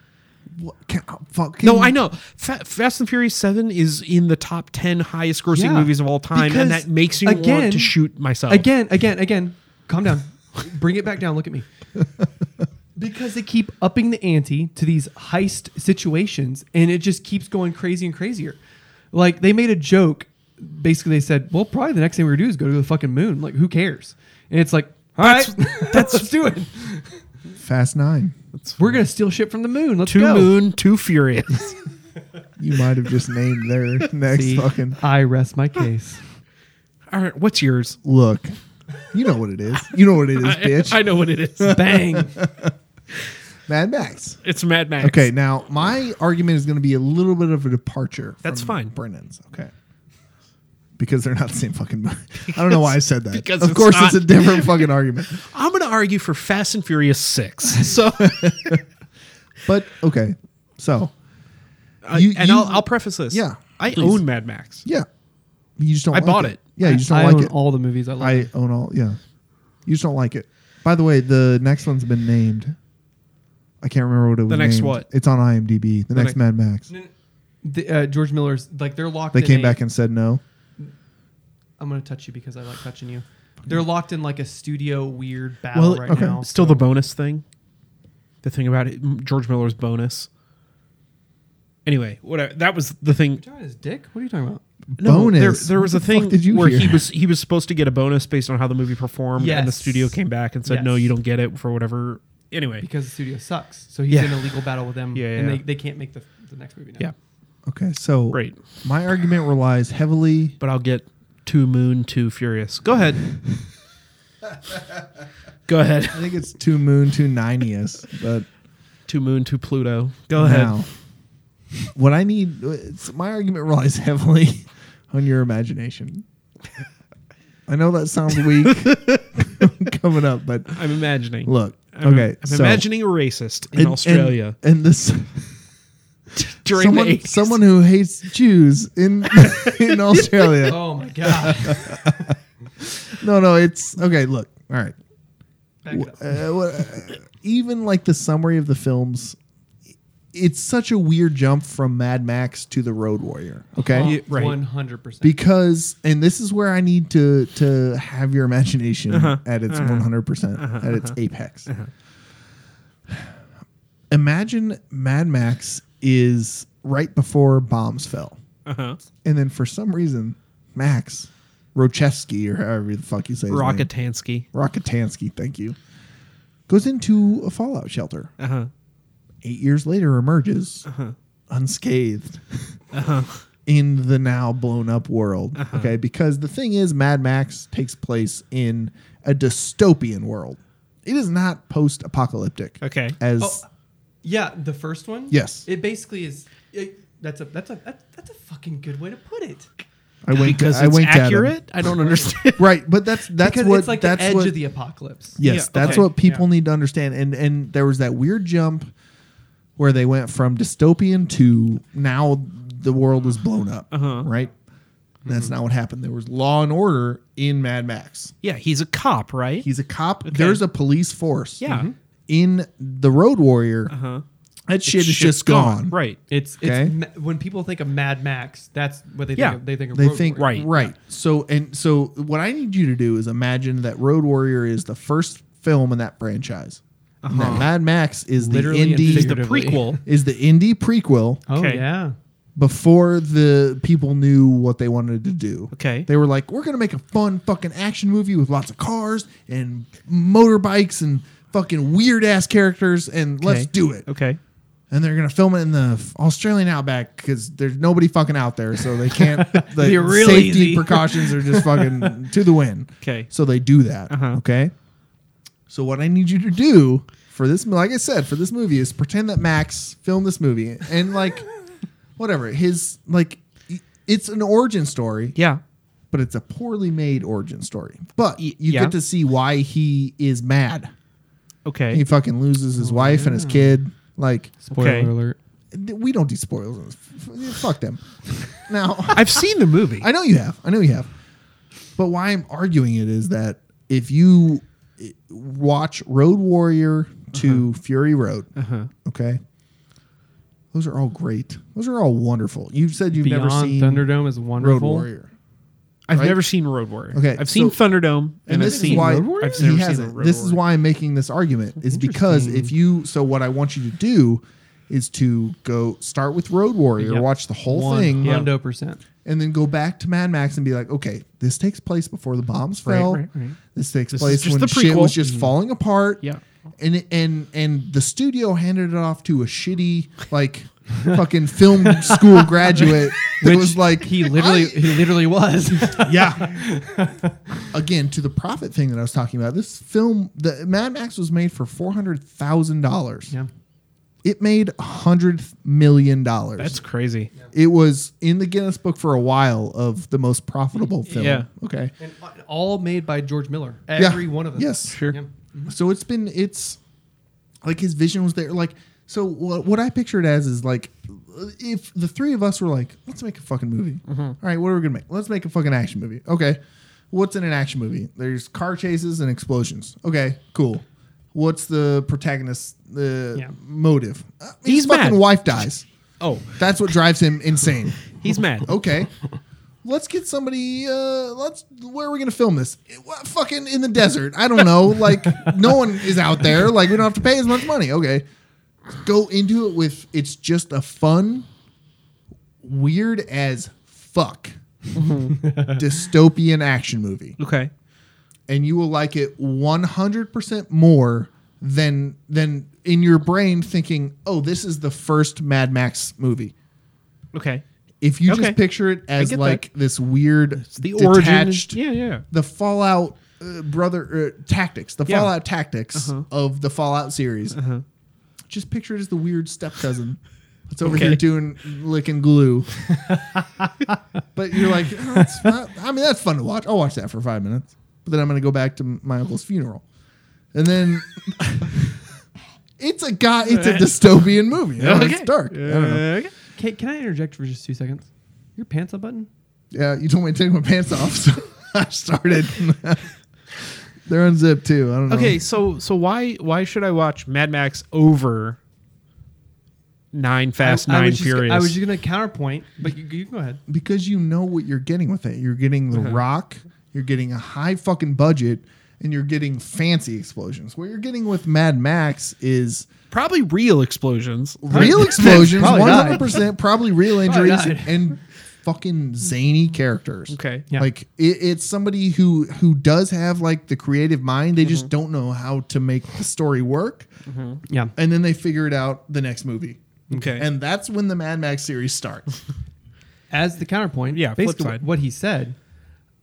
Speaker 1: what, can, fucking,
Speaker 3: No, I know. Fa- Fast and Furious Seven is in the top ten highest grossing
Speaker 2: Yeah.
Speaker 3: movies of all time, and
Speaker 2: Because,
Speaker 3: that makes you
Speaker 2: again-
Speaker 3: want to shoot myself.
Speaker 2: Again, again, again. Calm down. Bring it back down. Look at me. because they keep upping the ante to these heist situations, and it just keeps going crazy and crazier. Like they made a joke. Basically, they said, "Well, probably the next thing we're gonna do is go to the fucking moon. Like, who cares?" And it's like, all right, let's do it.
Speaker 1: Fast Nine.
Speaker 2: We're gonna steal shit from the moon. Let's
Speaker 3: Two
Speaker 2: go.
Speaker 3: Moon, Two Furious.
Speaker 1: You might have just named their next
Speaker 2: See,
Speaker 1: fucking.
Speaker 2: I rest my case.
Speaker 3: all right, what's yours?
Speaker 1: Look, you know what it is. You know what it is, bitch.
Speaker 3: I, I know what it is.
Speaker 2: Bang.
Speaker 1: Mad Max.
Speaker 3: It's Mad Max.
Speaker 1: Okay, now my argument is going to be a little bit of a departure.
Speaker 3: That's
Speaker 1: from
Speaker 3: fine.
Speaker 1: Brennan's. Okay. Because they're not the same fucking. movie. I don't know why I said that.
Speaker 3: because
Speaker 1: of
Speaker 3: it's
Speaker 1: course it's
Speaker 3: not.
Speaker 1: a different fucking argument.
Speaker 3: I'm going to argue for Fast and Furious Six. So,
Speaker 1: But okay, so
Speaker 3: uh,
Speaker 1: You-
Speaker 3: and
Speaker 1: you-
Speaker 3: I'll, I'll preface this.
Speaker 1: Yeah,
Speaker 3: I
Speaker 1: please.
Speaker 3: own Mad Max.
Speaker 1: yeah, you just don't.
Speaker 3: I
Speaker 1: like
Speaker 3: bought
Speaker 1: it.
Speaker 3: it.
Speaker 1: Yeah, you just don't
Speaker 2: I
Speaker 1: like
Speaker 2: own
Speaker 1: it.
Speaker 2: all the movies I love.
Speaker 1: I own all. Yeah, you just don't like it. By the way, the next one's been named. I can't remember what it was.
Speaker 3: next
Speaker 1: named.
Speaker 3: what?
Speaker 1: It's on IMDb. The, next
Speaker 3: next-
Speaker 1: Mad Max.
Speaker 2: The, uh, George Miller's like they're locked.
Speaker 1: They
Speaker 2: in
Speaker 1: came
Speaker 2: a-
Speaker 1: back and said no.
Speaker 2: I'm gonna touch you because I like touching you. They're locked in like a studio weird battle
Speaker 3: Well,
Speaker 2: right
Speaker 1: okay.
Speaker 2: now.
Speaker 3: Still the bonus thing. The thing about it, George Miller's bonus. Anyway, whatever. That was the thing.
Speaker 2: You're talking about his dick? What are you talking about?
Speaker 1: Bonus.
Speaker 3: There, there was
Speaker 1: What
Speaker 3: a
Speaker 1: the fuck
Speaker 3: thing
Speaker 1: did you
Speaker 3: where he
Speaker 1: hear?
Speaker 3: was he was supposed to get a bonus based on how the movie performed, and the
Speaker 2: Yes.
Speaker 3: studio came back and said, "No,
Speaker 2: Yes.
Speaker 3: you don't get it for whatever." Anyway,
Speaker 2: Because the studio sucks, so he's
Speaker 3: Yeah.
Speaker 2: in a legal battle with them,
Speaker 3: Yeah, yeah,
Speaker 2: and
Speaker 3: yeah.
Speaker 2: They, they can't make the, the next movie now.
Speaker 3: yeah,
Speaker 1: Okay, so
Speaker 3: great.
Speaker 1: my argument relies heavily
Speaker 3: But I'll get two moon, two furious. Go ahead. Go ahead.
Speaker 1: I think it's two moon, two nineus, but
Speaker 3: Two moon, two Pluto. Go
Speaker 1: now
Speaker 3: ahead.
Speaker 1: what I need it's, my argument relies heavily on your imagination. I know that sounds weak coming up, but
Speaker 3: I'm imagining.
Speaker 1: look,
Speaker 3: I'm,
Speaker 1: okay,
Speaker 3: I'm
Speaker 1: so-
Speaker 3: imagining a racist in
Speaker 1: and-
Speaker 3: Australia
Speaker 1: and, and this
Speaker 3: during
Speaker 1: someone,
Speaker 3: the 80s.
Speaker 1: someone who hates Jews in in Australia.
Speaker 2: Oh my god.
Speaker 1: No, no, it's okay. Look, all right.
Speaker 2: Back it up.
Speaker 1: Uh, what- uh, even like the summary of the films, it's such a weird jump from Mad Max to The Road Warrior. Okay.
Speaker 2: Oh,
Speaker 3: Yeah, right.
Speaker 2: 100%.
Speaker 1: because and this is where I need to to have your imagination at its one hundred percent at its apex. Imagine Mad Max is right before bombs fell,
Speaker 3: uh-huh.
Speaker 1: and then for some reason Max Rochesky or however the fuck you say his name.
Speaker 3: Rockatansky.
Speaker 1: Rockatansky, thank you. Goes into a fallout shelter.
Speaker 3: Uh huh.
Speaker 1: Eight years later, emerges
Speaker 2: Uh-huh.
Speaker 1: unscathed in the now blown up world.
Speaker 2: Uh-huh.
Speaker 1: Okay, because the thing is, Mad Max takes place in a dystopian world. It is not post apocalyptic.
Speaker 3: Okay.
Speaker 1: As
Speaker 2: Oh, yeah, the first one.
Speaker 1: Yes.
Speaker 2: it basically is. It, that's a that's a that's, that's a fucking good way to put it.
Speaker 1: I winked,
Speaker 3: Because
Speaker 1: I
Speaker 3: it's
Speaker 1: winked at him.
Speaker 3: accurate. I don't understand.
Speaker 1: Right, but that's that's
Speaker 2: Because
Speaker 1: what
Speaker 2: it's like
Speaker 1: that's
Speaker 2: the edge
Speaker 1: what,
Speaker 2: of the apocalypse.
Speaker 1: Yes,
Speaker 3: Yeah,
Speaker 1: that's
Speaker 3: okay.
Speaker 1: what people need to understand. And and there was that weird jump where they went from dystopian to now the world is blown up.
Speaker 3: Uh-huh. Mm-hmm.
Speaker 1: Right? That's not what happened. There was law and order in Mad Max.
Speaker 3: yeah, he's a cop, right?
Speaker 1: He's a cop. There's a police force.
Speaker 3: Yeah. Uh-huh. Mhm.
Speaker 1: In the Road Warrior,
Speaker 3: huh.
Speaker 1: that shit is
Speaker 3: Shit's
Speaker 1: just gone.
Speaker 3: Right.
Speaker 2: It's
Speaker 1: Okay.
Speaker 2: it's ma- when people think of Mad Max, that's what they think.
Speaker 3: Yeah.
Speaker 2: Of, they think of
Speaker 1: They
Speaker 2: Road
Speaker 1: think
Speaker 2: Warrior.
Speaker 1: right, right. So and so, what I need you to do is imagine that Road Warrior is the first film in that franchise. And that Mad Max is
Speaker 2: Literally and
Speaker 1: the indie
Speaker 3: The
Speaker 2: Figuratively.
Speaker 3: prequel.
Speaker 1: is the indie prequel
Speaker 2: Oh
Speaker 3: Okay.
Speaker 2: yeah,
Speaker 1: before the people knew what they wanted to do.
Speaker 3: Okay.
Speaker 1: They were like, we're going to make a fun fucking action movie with lots of cars and motorbikes and fucking weird ass characters and let's
Speaker 3: Okay.
Speaker 1: do it.
Speaker 3: Okay.
Speaker 1: And they're going to film it in the f- Australian outback cuz there's nobody fucking out there so they can't the
Speaker 2: Be real
Speaker 1: safety
Speaker 2: easy.
Speaker 1: precautions are just fucking to the wind.
Speaker 3: Okay.
Speaker 1: So they do that.
Speaker 3: Uh-huh.
Speaker 1: Okay. So what I need you to do for this, like I said, for this movie is pretend that Max filmed this movie and like, whatever his like, it's an origin story,
Speaker 3: Yeah.
Speaker 1: but it's a poorly made origin story. But you
Speaker 3: yeah.
Speaker 1: get to see why he is mad.
Speaker 3: Okay. Oh,
Speaker 1: He fucking loses his wife and his kid. Like
Speaker 2: spoiler
Speaker 3: Okay.
Speaker 2: alert.
Speaker 1: th- we don't do spoilers. on this. F- Fuck them. Now
Speaker 3: I've seen the movie.
Speaker 1: I know you have. I know you have. But why I'm arguing it is that if you eh, watch Road Warrior to
Speaker 3: Uh-huh.
Speaker 1: Fury Road, okay, those are all great. Those are all wonderful. You said you've
Speaker 2: Beyond
Speaker 1: never seen
Speaker 2: Thunderdome is
Speaker 1: Road
Speaker 2: wonderful.
Speaker 1: Warrior,
Speaker 3: I've
Speaker 1: right?
Speaker 3: never seen Road Warrior.
Speaker 1: Okay,
Speaker 3: I've seen
Speaker 1: so-
Speaker 3: Thunderdome,
Speaker 1: and,
Speaker 3: I've
Speaker 1: this is
Speaker 3: seen
Speaker 1: why
Speaker 3: Road Warrior. I've
Speaker 1: he
Speaker 3: never
Speaker 1: has
Speaker 3: seen
Speaker 1: it.
Speaker 3: Road
Speaker 1: This is
Speaker 3: Warrior.
Speaker 1: why I'm making this argument is because if you. So what I want you to do is to go start with Road Warrior,
Speaker 2: Yep.
Speaker 1: watch the whole
Speaker 2: One
Speaker 1: thing,
Speaker 2: hundred percent.
Speaker 1: and then go back to Mad Max and be like, okay, this takes place before the bombs fell.
Speaker 3: right, right.
Speaker 1: This takes
Speaker 3: This is
Speaker 1: place
Speaker 3: just
Speaker 1: when
Speaker 3: the
Speaker 1: shit
Speaker 3: prequel.
Speaker 1: was just falling apart.
Speaker 3: Yeah.
Speaker 1: And it- and and the studio handed it off to a shitty like fucking film school graduate that was like
Speaker 2: He literally
Speaker 1: "I-
Speaker 2: he literally was.
Speaker 1: yeah. Again, to the profit thing that I was talking about, this film, the Mad Max was made for four hundred thousand dollars.
Speaker 2: yeah.
Speaker 1: It made a hundred million dollars.
Speaker 3: That's crazy.
Speaker 1: It was in the Guinness Book for a while of the most profitable film.
Speaker 3: Yeah.
Speaker 1: Okay.
Speaker 2: And uh, all made by George Miller. Every one of them. Mm-hmm.
Speaker 1: Yes.
Speaker 3: Sure.
Speaker 2: Yeah.
Speaker 1: So it's been it's like his vision was there. Like so, what, what I picture it as is like if the three of us were like, let's make a fucking movie.
Speaker 3: Mm-hmm.
Speaker 1: All right, what are we gonna make? Let's make a fucking action movie. Okay, what's in an action movie? There's car chases and explosions. Okay, cool. What's the protagonist's the
Speaker 2: Yeah.
Speaker 1: motive? Uh, his
Speaker 3: He's
Speaker 1: fucking
Speaker 3: mad.
Speaker 1: wife dies.
Speaker 3: Oh,
Speaker 1: That's what drives him insane.
Speaker 3: he's mad.
Speaker 1: Okay. Let's get somebody. Uh, let's. Where are we gonna film this? Eh, wha- fucking in the desert. I don't know. Like no one is out there. Like we don't have to pay as much money. Okay. Go into it with. It's just a fun, weird as fuck, dystopian action movie,
Speaker 3: Okay.
Speaker 1: and you will like it one hundred percent more than than in your brain thinking, oh, this is the first Mad Max movie
Speaker 3: Okay.
Speaker 1: if you
Speaker 3: Okay.
Speaker 1: just picture it as
Speaker 3: get
Speaker 1: like this weird
Speaker 3: The origin.
Speaker 1: detached,
Speaker 3: is- Yeah, yeah.
Speaker 1: the fallout uh, brother uh, tactics the
Speaker 3: Yeah. Uh-huh.
Speaker 1: fallout tactics of the fallout series just picture it as the weird step cousin that's over
Speaker 3: Okay.
Speaker 1: here doing licking glue but you're like "Oh, that's not, i mean that's fun to watch i'll watch that for five minutes but then i'm going to go back to my uncle's funeral and then it's a guy it's a dystopian movie I know, it's dark i don't know
Speaker 3: Okay.
Speaker 2: Can, can I interject for just two seconds? Your pants unbuttoned?
Speaker 1: Yeah, you told me to take my pants off, so I started. They're unzipped too. I don't know.
Speaker 3: Okay, so so why why should I watch Mad Max over Nine Fast,
Speaker 2: I
Speaker 3: Nine
Speaker 2: was just-
Speaker 3: Furious?
Speaker 2: I was just gonna counterpoint, but you, you go ahead.
Speaker 1: because you know what you're getting with it. You're getting
Speaker 2: Uh-huh.
Speaker 1: the rock. You're getting a high fucking budget, and you're getting fancy explosions. What you're getting with Mad Max is
Speaker 3: probably real explosions.
Speaker 1: real explosions,
Speaker 2: Probably
Speaker 1: one
Speaker 2: not.
Speaker 1: hundred percent, probably real
Speaker 2: Probably
Speaker 1: injuries,
Speaker 2: not.
Speaker 1: and fucking zany characters.
Speaker 3: Okay.
Speaker 2: Yeah.
Speaker 1: Like it, it's somebody who who does have like the creative mind. They
Speaker 2: Mm-hmm.
Speaker 1: just don't know how to make the story work,
Speaker 2: Yeah.
Speaker 1: and then they figure it out the next movie.
Speaker 3: Okay.
Speaker 1: And that's when the Mad Max series starts.
Speaker 2: As the counterpoint,
Speaker 3: Yeah, flip
Speaker 2: basically
Speaker 3: side.
Speaker 2: what he said,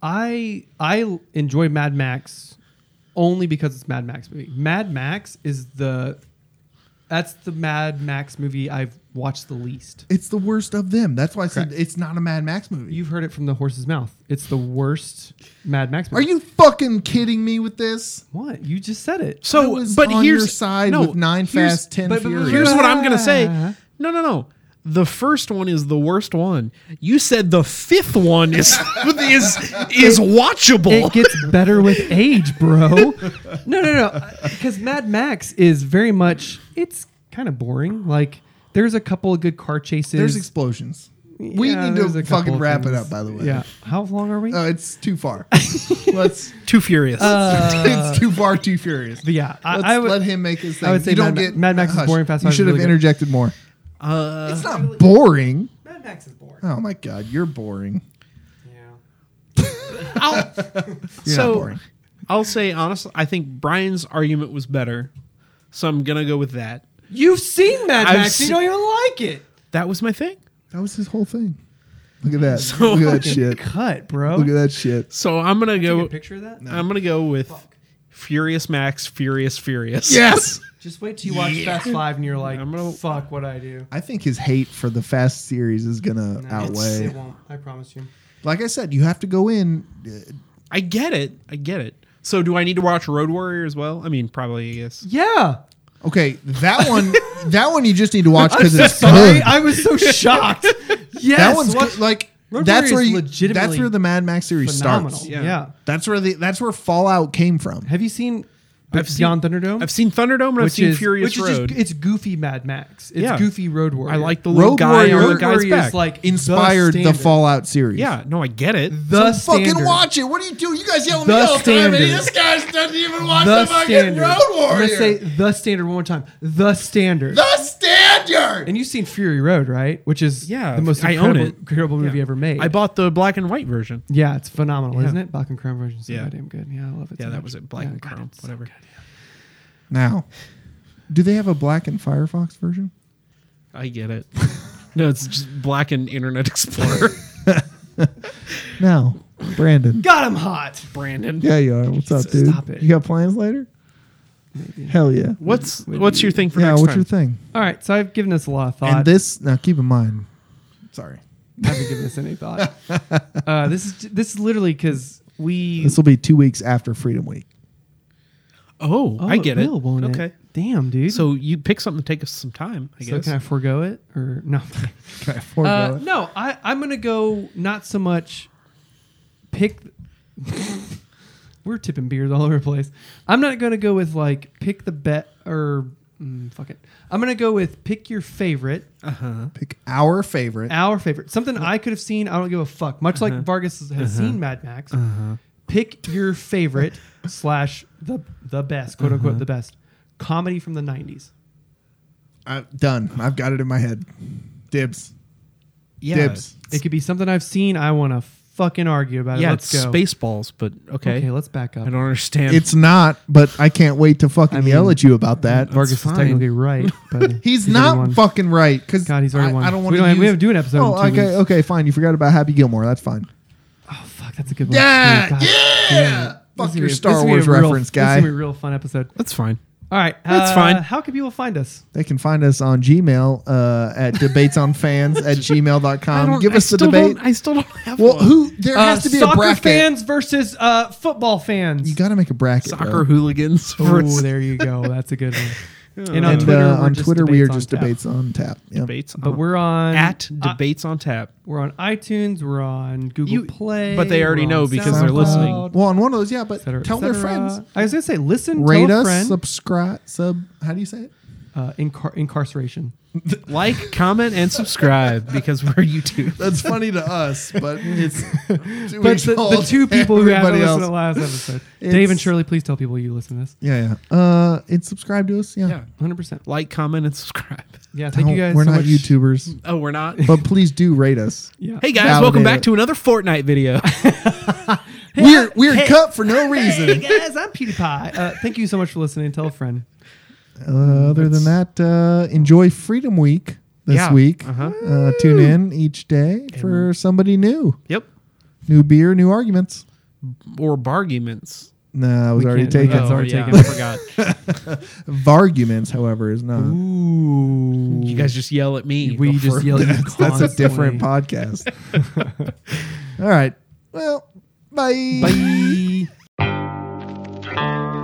Speaker 2: I I enjoy Mad Max only because it's Mad Max movie. Mad Max is the that's the Mad Max movie I've watched the least.
Speaker 1: It's the worst of them. That's why I said
Speaker 2: Correct.
Speaker 1: it's not a Mad Max movie.
Speaker 2: You've heard it from the horse's mouth. It's the worst Mad Max
Speaker 1: Are
Speaker 2: movie.
Speaker 1: you fucking kidding me with this?
Speaker 2: What? You just said it.
Speaker 1: I
Speaker 3: So,
Speaker 1: was
Speaker 3: but
Speaker 1: on
Speaker 3: here's
Speaker 1: your side with nine
Speaker 3: here's-
Speaker 1: fast, 10
Speaker 2: but- but
Speaker 1: furious.
Speaker 3: Here's what I'm gonna say.
Speaker 2: Yeah.
Speaker 3: No, no, no. The first one is the worst one. You said the fifth one is is is watchable.
Speaker 2: It gets better with age, bro. No, no, no. Because Mad Max is very much. It's kind of boring. Like there's a couple of good car chases.
Speaker 1: There's explosions. we
Speaker 2: Yeah,
Speaker 1: need to
Speaker 2: there's a couple
Speaker 1: fucking
Speaker 2: of
Speaker 1: wrap it
Speaker 2: things.
Speaker 1: up. By the way,
Speaker 2: Yeah. How long are we?
Speaker 1: Uh, it's too far. Let's.
Speaker 3: Too furious.
Speaker 2: Uh,
Speaker 1: it's too far, too furious.
Speaker 2: but yeah, I,
Speaker 1: Let's
Speaker 2: I would.
Speaker 1: let him make his thing.
Speaker 2: I would say
Speaker 1: you don't
Speaker 2: Mad Ma-
Speaker 1: get
Speaker 2: Mad Max is
Speaker 1: hush.
Speaker 2: boring, Fast
Speaker 1: You
Speaker 2: Five is
Speaker 1: should have
Speaker 2: really good. Uh,
Speaker 1: interjected more. it's not boring.
Speaker 2: Mad Max is boring.
Speaker 1: Oh my god, you're boring.
Speaker 2: Yeah.
Speaker 3: I'll,
Speaker 1: You're
Speaker 3: so
Speaker 1: not boring.
Speaker 3: I'll say honestly, I think Brian's argument was better, so I'm gonna go with that.
Speaker 2: You've seen Mad
Speaker 3: I've
Speaker 2: Max.
Speaker 3: se-
Speaker 2: you don't even like it.
Speaker 3: That was my thing.
Speaker 1: That was his whole thing. Look at that. Look at that shit.
Speaker 2: Cut, bro.
Speaker 1: Look at that shit.
Speaker 3: So I'm gonna
Speaker 2: Take
Speaker 3: go.
Speaker 2: a picture of that.
Speaker 3: I'm gonna go with Furious Max, Furious Furious.
Speaker 1: Yes.
Speaker 2: Just wait till you watch Fast Five and you're like, I'm gonna fuck what I do.
Speaker 1: I think his hate for the Fast series is gonna
Speaker 2: No, It
Speaker 1: outweigh.
Speaker 2: won't. I promise you.
Speaker 1: Like I said, you have to go in. Uh,
Speaker 3: I get it. I get it. So do I need to watch Road Warrior as well? I mean, probably. I guess.
Speaker 2: Yeah.
Speaker 1: Okay, that one. that one you just need to watch because it's
Speaker 2: Sorry,
Speaker 1: good.
Speaker 2: I was so shocked. yes,
Speaker 1: that one's
Speaker 2: what-
Speaker 1: good. like
Speaker 2: Road
Speaker 1: that's
Speaker 2: Warrior
Speaker 1: where
Speaker 2: is
Speaker 1: you. That's
Speaker 2: legitimately
Speaker 1: where the Mad Max series
Speaker 2: phenomenal.
Speaker 1: starts.
Speaker 2: Yeah.
Speaker 3: Yeah.
Speaker 1: That's where the that's where Fallout came from.
Speaker 2: Have you seen
Speaker 3: I've
Speaker 2: Beyond Thunderdome?
Speaker 3: I've seen Thunderdome and I've seen Furious
Speaker 2: which
Speaker 3: Road.
Speaker 2: Is just, it's goofy Mad Max. It's
Speaker 3: Yeah.
Speaker 2: goofy Road Warrior.
Speaker 3: I like the little
Speaker 1: Road
Speaker 3: guy
Speaker 1: Warrior-
Speaker 3: on the
Speaker 1: Road
Speaker 3: guy's
Speaker 2: Warrior is
Speaker 3: back.
Speaker 2: like
Speaker 1: Inspired the,
Speaker 2: standard.
Speaker 1: Fallout series.
Speaker 3: yeah, no, I get it.
Speaker 2: The
Speaker 1: So fucking
Speaker 2: standard.
Speaker 1: watch it. What do you do? You guys yelling
Speaker 2: The
Speaker 1: me all the time. and
Speaker 2: standard.
Speaker 1: This guy doesn't even watch the,
Speaker 2: The
Speaker 1: fucking
Speaker 2: standard.
Speaker 1: Road
Speaker 2: I'm
Speaker 1: Warrior.
Speaker 2: gonna say the standard one more time. The standard.
Speaker 1: the standard.
Speaker 2: and you've seen Fury Road, right? Which is
Speaker 3: Yeah,
Speaker 2: the most
Speaker 3: I own
Speaker 2: incredible,
Speaker 3: it.
Speaker 2: incredible movie
Speaker 3: Yeah.
Speaker 2: ever made.
Speaker 3: I bought the black and white version.
Speaker 2: yeah, it's phenomenal,
Speaker 3: Yeah.
Speaker 2: isn't it? Black and Chrome version is so
Speaker 3: Yeah.
Speaker 2: goddamn good. Yeah, I love it.
Speaker 3: Yeah,
Speaker 2: so
Speaker 3: that
Speaker 2: much.
Speaker 3: was it, black and
Speaker 2: God,
Speaker 3: chrome,
Speaker 2: it's so
Speaker 3: whatever.
Speaker 2: good.
Speaker 1: now, do they have a black and Firefox version?
Speaker 3: I get it. no, it's just black and Internet Explorer.
Speaker 1: No, Brandon.
Speaker 2: God, I'm hot.
Speaker 3: Brandon,
Speaker 1: Yeah, you are. What's up, dude?
Speaker 2: Stop it.
Speaker 1: You got plans later? Hell yeah.
Speaker 3: what's what's your thing for
Speaker 1: yeah.
Speaker 3: next
Speaker 1: What's
Speaker 3: time?
Speaker 1: your thing?
Speaker 2: All right, so I've given this a lot of thought.
Speaker 1: And this now, keep in mind. Sorry,
Speaker 2: I haven't given this any thought. Uh, this is this is literally because we.
Speaker 1: this will be two weeks after Freedom Week.
Speaker 3: oh,
Speaker 2: Oh,
Speaker 3: I get it.
Speaker 2: will, won't
Speaker 3: okay,
Speaker 2: Damn, dude.
Speaker 3: so you pick something to take us some time. I
Speaker 2: So
Speaker 3: guess.
Speaker 2: can I forego it or no?
Speaker 1: Can I forego
Speaker 2: Uh,
Speaker 1: it?
Speaker 2: no, I I'm gonna go not so much. Pick. We're tipping beers all over the place. I'm not gonna go with like pick the bet or mm, fuck it. I'm gonna go with pick your favorite,
Speaker 1: Pick our favorite.
Speaker 2: our favorite, something I could have seen. I don't give a fuck. Much
Speaker 1: Uh-huh.
Speaker 2: like Vargas has seen Mad Max. Pick your favorite slash the the best quote
Speaker 1: Uh-huh.
Speaker 2: unquote the best comedy from the '90s.
Speaker 1: I'm uh, done. I've got it in my head. Dibs.
Speaker 3: yeah,
Speaker 1: Dibs.
Speaker 2: It could be something I've seen. I want to fucking argue about it.
Speaker 3: yeah,
Speaker 2: let's
Speaker 3: it's
Speaker 2: go.
Speaker 3: Spaceballs, but Uh, okay.
Speaker 2: Okay. let's back up.
Speaker 3: I don't understand.
Speaker 1: It's not, but I can't wait to fucking
Speaker 2: I mean,
Speaker 1: yell at you about that.
Speaker 2: Vargas
Speaker 3: fine.
Speaker 2: is technically right, but
Speaker 1: He's
Speaker 2: already
Speaker 1: not
Speaker 2: won.
Speaker 1: fucking right because
Speaker 2: God, he's already
Speaker 1: I,
Speaker 2: won.
Speaker 1: I don't
Speaker 2: We
Speaker 1: want
Speaker 2: don't
Speaker 1: to.
Speaker 2: have- we have to do an episode
Speaker 1: Oh,
Speaker 2: in two
Speaker 1: okay,
Speaker 2: weeks.
Speaker 1: okay, fine. You forgot about Happy Gilmore. That's fine.
Speaker 2: Oh fuck, that's a good one. Oh,
Speaker 1: Yeah,
Speaker 2: God
Speaker 1: yeah!
Speaker 2: damn it.
Speaker 1: Fuck
Speaker 2: This is
Speaker 1: your
Speaker 2: gonna be-
Speaker 1: Star
Speaker 2: this is gonna be
Speaker 1: Wars
Speaker 2: a real-
Speaker 1: reference, guy.
Speaker 2: This is gonna be a real fun episode.
Speaker 3: that's fine.
Speaker 2: All right,
Speaker 3: That's
Speaker 2: uh,
Speaker 3: fine.
Speaker 2: How can people find us?
Speaker 1: They can find us on Gmail uh, at debatesonfans at
Speaker 3: I
Speaker 1: gmail.com.
Speaker 3: don't-
Speaker 1: Give
Speaker 3: I
Speaker 1: us the
Speaker 3: still
Speaker 1: debate.
Speaker 3: don't- I still don't have
Speaker 1: Well,
Speaker 3: one.
Speaker 1: who? There has
Speaker 2: Uh,
Speaker 1: to be a
Speaker 2: soccer
Speaker 1: bracket.
Speaker 2: fans versus uh, football fans.
Speaker 1: You got to make a bracket.
Speaker 3: soccer
Speaker 1: bro.
Speaker 3: hooligans?
Speaker 2: oh,
Speaker 3: versus-
Speaker 2: there you go. That's a good one. And on
Speaker 1: And
Speaker 2: Twitter,
Speaker 1: uh,
Speaker 2: we're
Speaker 1: on
Speaker 2: just
Speaker 1: Twitter, we are
Speaker 2: Debates on
Speaker 1: just
Speaker 2: Tap.
Speaker 1: debates on tap. Yep.
Speaker 3: debates,
Speaker 2: But
Speaker 3: on-
Speaker 2: we're on
Speaker 3: at
Speaker 2: uh,
Speaker 3: debates on tap.
Speaker 2: we're on iTunes. We're on Google
Speaker 3: You-
Speaker 2: Play.
Speaker 3: but they already
Speaker 2: we're on
Speaker 3: know because they're listening.
Speaker 2: SoundCloud,
Speaker 1: Well, on one of those, yeah, but
Speaker 2: et cetera, et
Speaker 1: tell their
Speaker 2: cetera.
Speaker 1: friends.
Speaker 2: I was gonna say, listen,
Speaker 1: Rate
Speaker 2: tell a
Speaker 1: us,
Speaker 2: friend.
Speaker 1: subscribe, sub. How do you say it?
Speaker 2: uh, incar- incarceration.
Speaker 3: Like, comment, and subscribe because we're YouTube.
Speaker 1: That's funny to us, but it's to
Speaker 2: But
Speaker 1: each
Speaker 2: the, the
Speaker 1: all
Speaker 2: two people who haven't
Speaker 1: everybody
Speaker 2: listened
Speaker 1: else.
Speaker 2: to the last episode, Dave and
Speaker 1: It's-
Speaker 2: Shirley, please tell people you listen to this.
Speaker 1: Yeah, yeah. Uh, and subscribe to us. Yeah.
Speaker 3: Yeah.
Speaker 2: 100%.
Speaker 3: Like, comment, and subscribe.
Speaker 2: Yeah, thank you
Speaker 1: Don't-
Speaker 2: guys
Speaker 1: We're
Speaker 2: so
Speaker 1: not
Speaker 2: much.
Speaker 1: YouTubers,
Speaker 3: Oh, we're not.
Speaker 1: but please do rate us.
Speaker 2: Yeah.
Speaker 3: Hey guys,
Speaker 1: Validate
Speaker 3: welcome back
Speaker 1: it.
Speaker 3: to another Fortnite video.
Speaker 1: weird, weird cut for no reason.
Speaker 2: guys, I'm PewDiePie. Uh, thank you so much for listening. Tell a friend.
Speaker 1: Uh, other than that, uh, enjoy Freedom Week this
Speaker 3: Yeah.
Speaker 1: week.
Speaker 3: Uh-huh.
Speaker 1: Uh, tune in each day for somebody new,
Speaker 3: yep.
Speaker 1: new beer, new arguments.
Speaker 3: Or barguments.
Speaker 1: No, it was
Speaker 2: We
Speaker 1: already
Speaker 2: can't do
Speaker 1: taken.
Speaker 2: that.
Speaker 3: oh,
Speaker 2: already
Speaker 3: yeah,
Speaker 2: taken.
Speaker 3: I forgot.
Speaker 1: Varguments, however, is not.
Speaker 2: Ooh.
Speaker 3: You guys just yell at me.
Speaker 2: we
Speaker 3: Go
Speaker 2: just
Speaker 3: for-
Speaker 2: yelled
Speaker 1: That's a different podcast. All right. Well, bye.
Speaker 2: Bye.